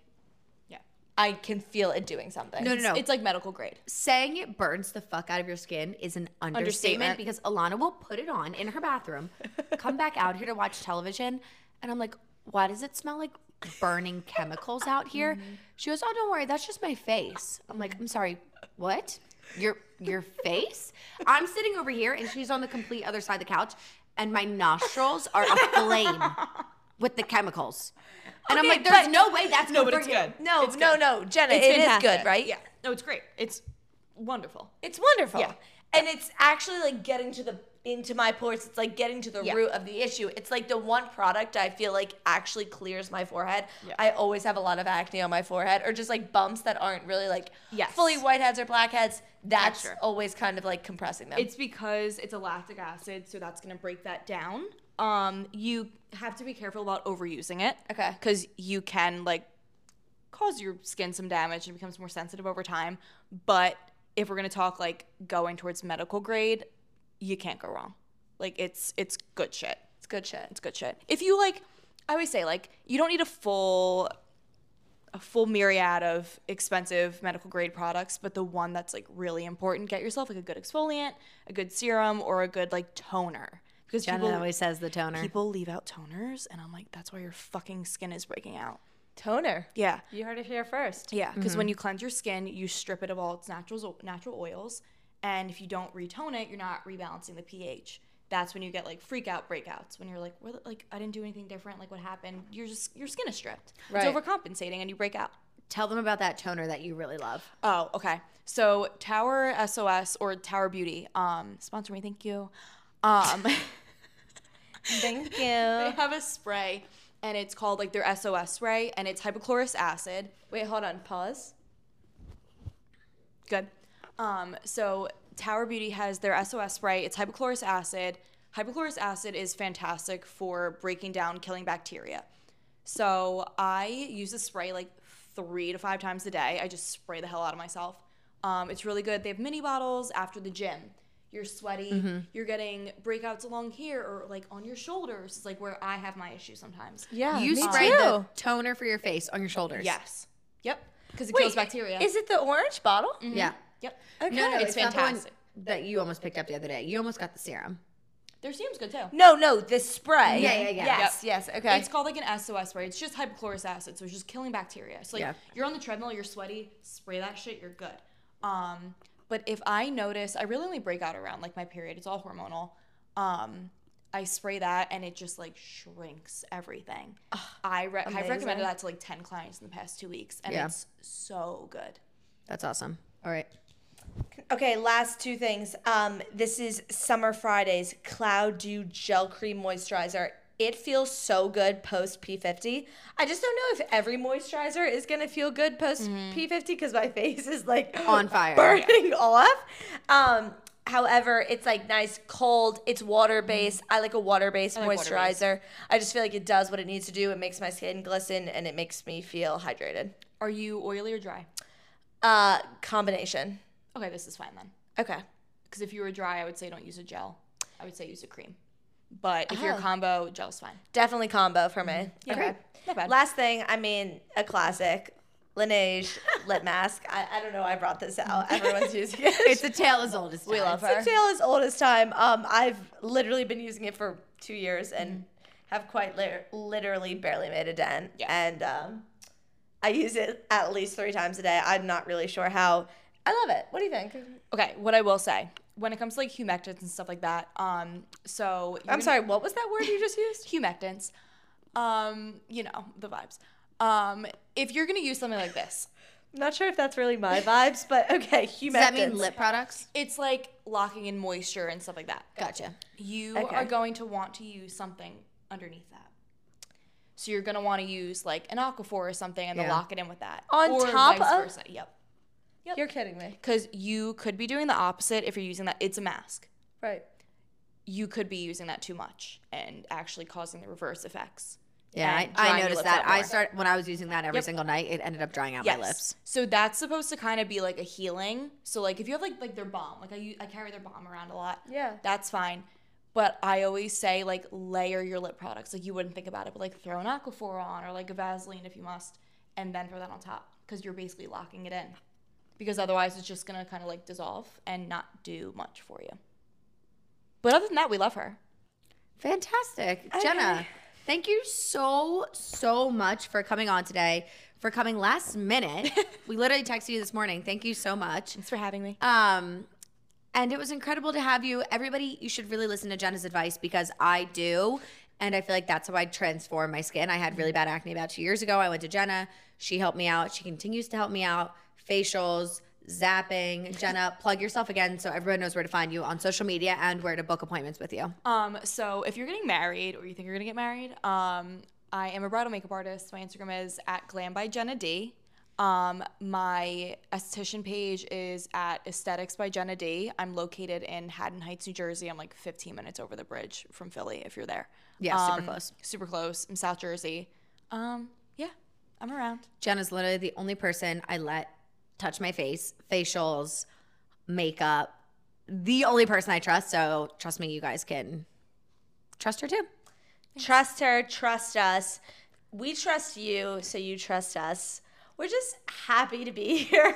Speaker 3: Yeah.
Speaker 2: I can feel it doing something.
Speaker 1: No, no, no.
Speaker 3: It's like medical grade.
Speaker 1: Saying it burns the fuck out of your skin is an understatement,
Speaker 3: Understatement.
Speaker 1: because Alana will put it on in her bathroom, come back out here to watch television, and I'm like, why does it smell like burning chemicals out here? She goes, oh, don't worry, that's just my face. I'm like, I'm sorry, what? Your your face? I'm sitting over here, and she's on the complete other side of the couch, and my nostrils are aflame with the chemicals. And I'm
Speaker 2: Okay,
Speaker 1: like, there's
Speaker 2: but-
Speaker 1: no way that's
Speaker 3: No,
Speaker 1: good
Speaker 3: but
Speaker 1: for
Speaker 3: it's
Speaker 1: you."
Speaker 3: good.
Speaker 2: No,
Speaker 3: It's
Speaker 2: no,
Speaker 3: good.
Speaker 2: no, Jenna,
Speaker 3: It's
Speaker 2: it is
Speaker 3: fantastic.
Speaker 2: good, right?
Speaker 3: Yeah. No, it's great. It's wonderful.
Speaker 2: It's wonderful.
Speaker 3: Yeah.
Speaker 2: and it's actually like getting to the into my pores it's like getting to the
Speaker 3: Yeah.
Speaker 2: root of the issue it's like the one product i feel like actually clears my forehead
Speaker 3: Yeah.
Speaker 2: i always have a lot of acne on my forehead or just like bumps that aren't really like
Speaker 3: Yes.
Speaker 2: fully whiteheads or blackheads that's
Speaker 3: sure.
Speaker 2: always kind of like compressing them
Speaker 3: It's because it's a lactic acid, so that's gonna break that down. Um, you have to be careful about overusing it.
Speaker 2: Okay.
Speaker 3: Because you can like cause your skin some damage and it becomes more sensitive over time. But if we're gonna talk like going towards medical grade, you can't go wrong. Like it's it's good shit.
Speaker 2: it's good shit
Speaker 3: It's good shit. If you like, I always say like you don't need a full, a full myriad of expensive medical grade products, but the one that's like really important, get yourself like a good exfoliant, a good serum, or a good like toner. Because
Speaker 1: Jenna
Speaker 3: people
Speaker 1: always says the toner.
Speaker 3: people leave out toners, and I'm like, that's why your fucking skin is breaking out.
Speaker 2: toner
Speaker 3: Yeah.
Speaker 2: you heard it here first
Speaker 3: Yeah, because when you cleanse your skin, you strip it of all its natural natural oils, and if you don't retone it, you're not rebalancing the pH. That's when you get like freak out breakouts. When you're like, "What? Like I didn't do anything different. Like what happened? You're just your skin is stripped.
Speaker 2: Right.
Speaker 3: It's overcompensating, and you break out.
Speaker 1: Tell them about that toner that you really love.
Speaker 3: Oh, okay. So Tower SOS or Tower Beauty, um, sponsor me, thank you. Um, [LAUGHS]
Speaker 2: thank
Speaker 3: they
Speaker 2: you
Speaker 3: have a spray, and it's called like their SOS spray, and it's hypochlorous acid.
Speaker 2: wait hold on pause
Speaker 3: Good. Um, so Tower Beauty has their SOS spray. It's hypochlorous acid. Hypochlorous acid is fantastic for breaking down, killing bacteria. So I use the spray like three to five times a day. I just spray the hell out of myself. Um, it's really good. They have mini bottles after the gym. You're sweaty.
Speaker 2: Mm-hmm.
Speaker 3: You're getting breakouts along here or like on your shoulders. It's like where I have my issues sometimes.
Speaker 2: yeah
Speaker 1: you
Speaker 2: me
Speaker 1: spray
Speaker 2: too.
Speaker 1: the toner for your face on your shoulders.
Speaker 3: Yes. Yep. Because it
Speaker 2: Wait,
Speaker 3: kills bacteria. Mm-hmm.
Speaker 2: is it the orange bottle
Speaker 1: Yeah.
Speaker 3: yep.
Speaker 2: okay
Speaker 1: Mm-hmm. No, no,
Speaker 3: it's
Speaker 1: it's, not the one
Speaker 3: fantastic.
Speaker 1: that you almost picked up the other day. You almost got the serum.
Speaker 3: Their serum's good too.
Speaker 2: No, no, the spray.
Speaker 1: Yeah, yeah, yeah.
Speaker 2: Yes, yes. Okay.
Speaker 3: It's called like an SOS spray. It's just hypochlorous acid, so it's just killing bacteria. So like
Speaker 1: Yeah.
Speaker 3: you're on the treadmill, you're sweaty, spray that shit, you're good. Um, but if I notice, I really only break out around like my period. It's all hormonal. Um, I spray that and it just like shrinks everything. I re- I've recommended that to like ten clients in the past two weeks, and
Speaker 1: Yeah.
Speaker 3: it's so good.
Speaker 1: That's awesome. All right.
Speaker 2: okay, last two things. Um, this is Summer Fridays Cloud Dew Gel Cream Moisturizer. It feels so good post P50. I just don't know if every moisturizer is gonna feel good post P50 because my [LAUGHS] face is like
Speaker 1: On fire.
Speaker 2: [LAUGHS] burning off. Um, however, it's like nice, cold. It's water based. I like a water based
Speaker 3: like water-based.
Speaker 2: moisturizer. I just feel like it does what it needs to do. It makes my skin glisten and it makes me feel hydrated.
Speaker 3: Are you oily or dry?
Speaker 2: Uh, combination.
Speaker 3: Okay, this is fine then.
Speaker 2: Okay.
Speaker 3: Because if you were dry, I would say don't use a gel. I would say use a cream. But if you're
Speaker 1: Ah.
Speaker 3: combo, gel's fine.
Speaker 2: Definitely combo for me.
Speaker 1: Mm-hmm.
Speaker 2: Okay.
Speaker 3: Not bad.
Speaker 2: Last thing, I mean, a classic Laneige lip mask. I, I don't know why I brought
Speaker 1: [LAUGHS]
Speaker 2: this out. Everyone's using it.
Speaker 1: It's a tale as old as time. We
Speaker 2: It's a tale as old as time. Um, I've literally been using it for two years and
Speaker 1: Mm-hmm.
Speaker 2: have quite lit literally barely made a dent.
Speaker 3: Yeah.
Speaker 2: And um, I use it at least three times a day. I'm not really sure how. I love it. What do you think?
Speaker 3: Okay, what I will say when it comes to like humectants and stuff like that, um, so you're
Speaker 2: I'm
Speaker 3: gonna-
Speaker 2: sorry. What was that word you just used?
Speaker 3: humectants, um, you know the vibes. Um, if you're gonna use something like this,
Speaker 2: I'm not sure if that's really my vibes, but okay. Humectants.
Speaker 1: Does that mean lip products?
Speaker 3: it's like locking in moisture and stuff like that.
Speaker 1: Gotcha.
Speaker 3: You
Speaker 2: Okay.
Speaker 3: are going to want to use something underneath that. So you're gonna want to use like an aquaphor or something, and then
Speaker 1: Yeah.
Speaker 3: lock it in with that.
Speaker 2: On
Speaker 3: Or
Speaker 2: top
Speaker 3: vice
Speaker 2: of-
Speaker 3: versa. yep,
Speaker 2: You're kidding me.
Speaker 3: because you could be doing the opposite if you're using that. It's a mask.
Speaker 2: Right.
Speaker 3: You could be using that too much and actually causing the reverse effects.
Speaker 1: Yeah, I,
Speaker 3: And drying
Speaker 1: I
Speaker 3: your
Speaker 1: noticed
Speaker 3: lips out
Speaker 1: that. I
Speaker 3: more.
Speaker 1: started when I was using that every single night. It ended up drying out my lips.
Speaker 3: So that's supposed to kind of be like a healing. So like if you have like like their balm, like I u- I carry their balm around a lot.
Speaker 2: Yeah.
Speaker 3: That's fine. But I always say like layer your lip products. Like you wouldn't think about it, but like throw an Aquaphor on or like a Vaseline if you must, and then throw that on top because you're basically locking it in. Because otherwise, it's just gonna kind of like dissolve and not do much for you. But other than that, we love her.
Speaker 1: Fantastic. Jenna, thank you so, so much for coming on today, for coming last [LAUGHS] minute. we literally texted you this morning. Thank you so much.
Speaker 3: Thanks for having me.
Speaker 1: Um, and it was incredible to have you. Everybody, you should really listen to Jenna's advice because I do. And I feel like that's how I transform my skin. I had really bad acne about two years ago. I went to Jenna. She helped me out. She continues to help me out. Facials, zapping. Jenna, plug yourself again so everyone knows where to find you on social media and where to book appointments with you.
Speaker 3: Um, so if you're getting married or you think you're gonna get married, um, I am a bridal makeup artist. My Instagram is at glam by Jenna D. Um, my esthetician page is at aesthetics by Jenna D. I'm located in Haddon Heights, New Jersey. I'm like 15 minutes over the bridge from Philly if you're there.
Speaker 1: Yeah, super
Speaker 3: Um,
Speaker 1: close.
Speaker 3: Super close. I'm South Jersey. Um, yeah, I'm around.
Speaker 1: Jenna's literally the only person I let touch my face, facials, makeup. The only person I trust. So trust me, you guys can trust her too.
Speaker 2: Trust her, trust us. We trust you, so you trust us. We're just happy to be [LAUGHS] here.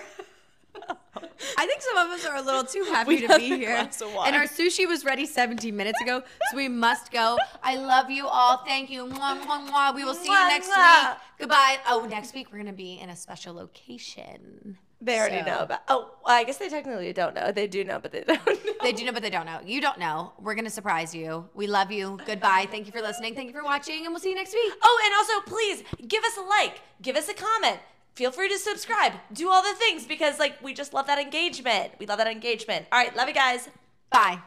Speaker 1: I think some of us are a little
Speaker 3: [LAUGHS]
Speaker 1: too happy to
Speaker 3: have
Speaker 1: be
Speaker 3: a
Speaker 1: here.
Speaker 3: glass of wine.
Speaker 1: And our sushi was ready 17 minutes ago, so we must go. I love you all. Thank you. Mwah, mwah, mwah. We will see you
Speaker 2: Mwah,
Speaker 1: next
Speaker 2: mwah.
Speaker 1: week. Goodbye. Oh, next week we're going to be in a special location.
Speaker 2: They already
Speaker 1: So-
Speaker 2: know about. Oh, well, I guess they technically don't know. They do know, but they [LAUGHS] don't know.
Speaker 1: They do know, but they don't know. You don't know. We're going to surprise you. We love you. Goodbye. Thank you for listening. Thank you for watching, and we'll see you next week.
Speaker 2: Oh, and also, please give us a like, give us a comment. Feel free to subscribe. Do all the things because, like, we just love that engagement. We love that engagement. All right, love you guys.
Speaker 1: Bye.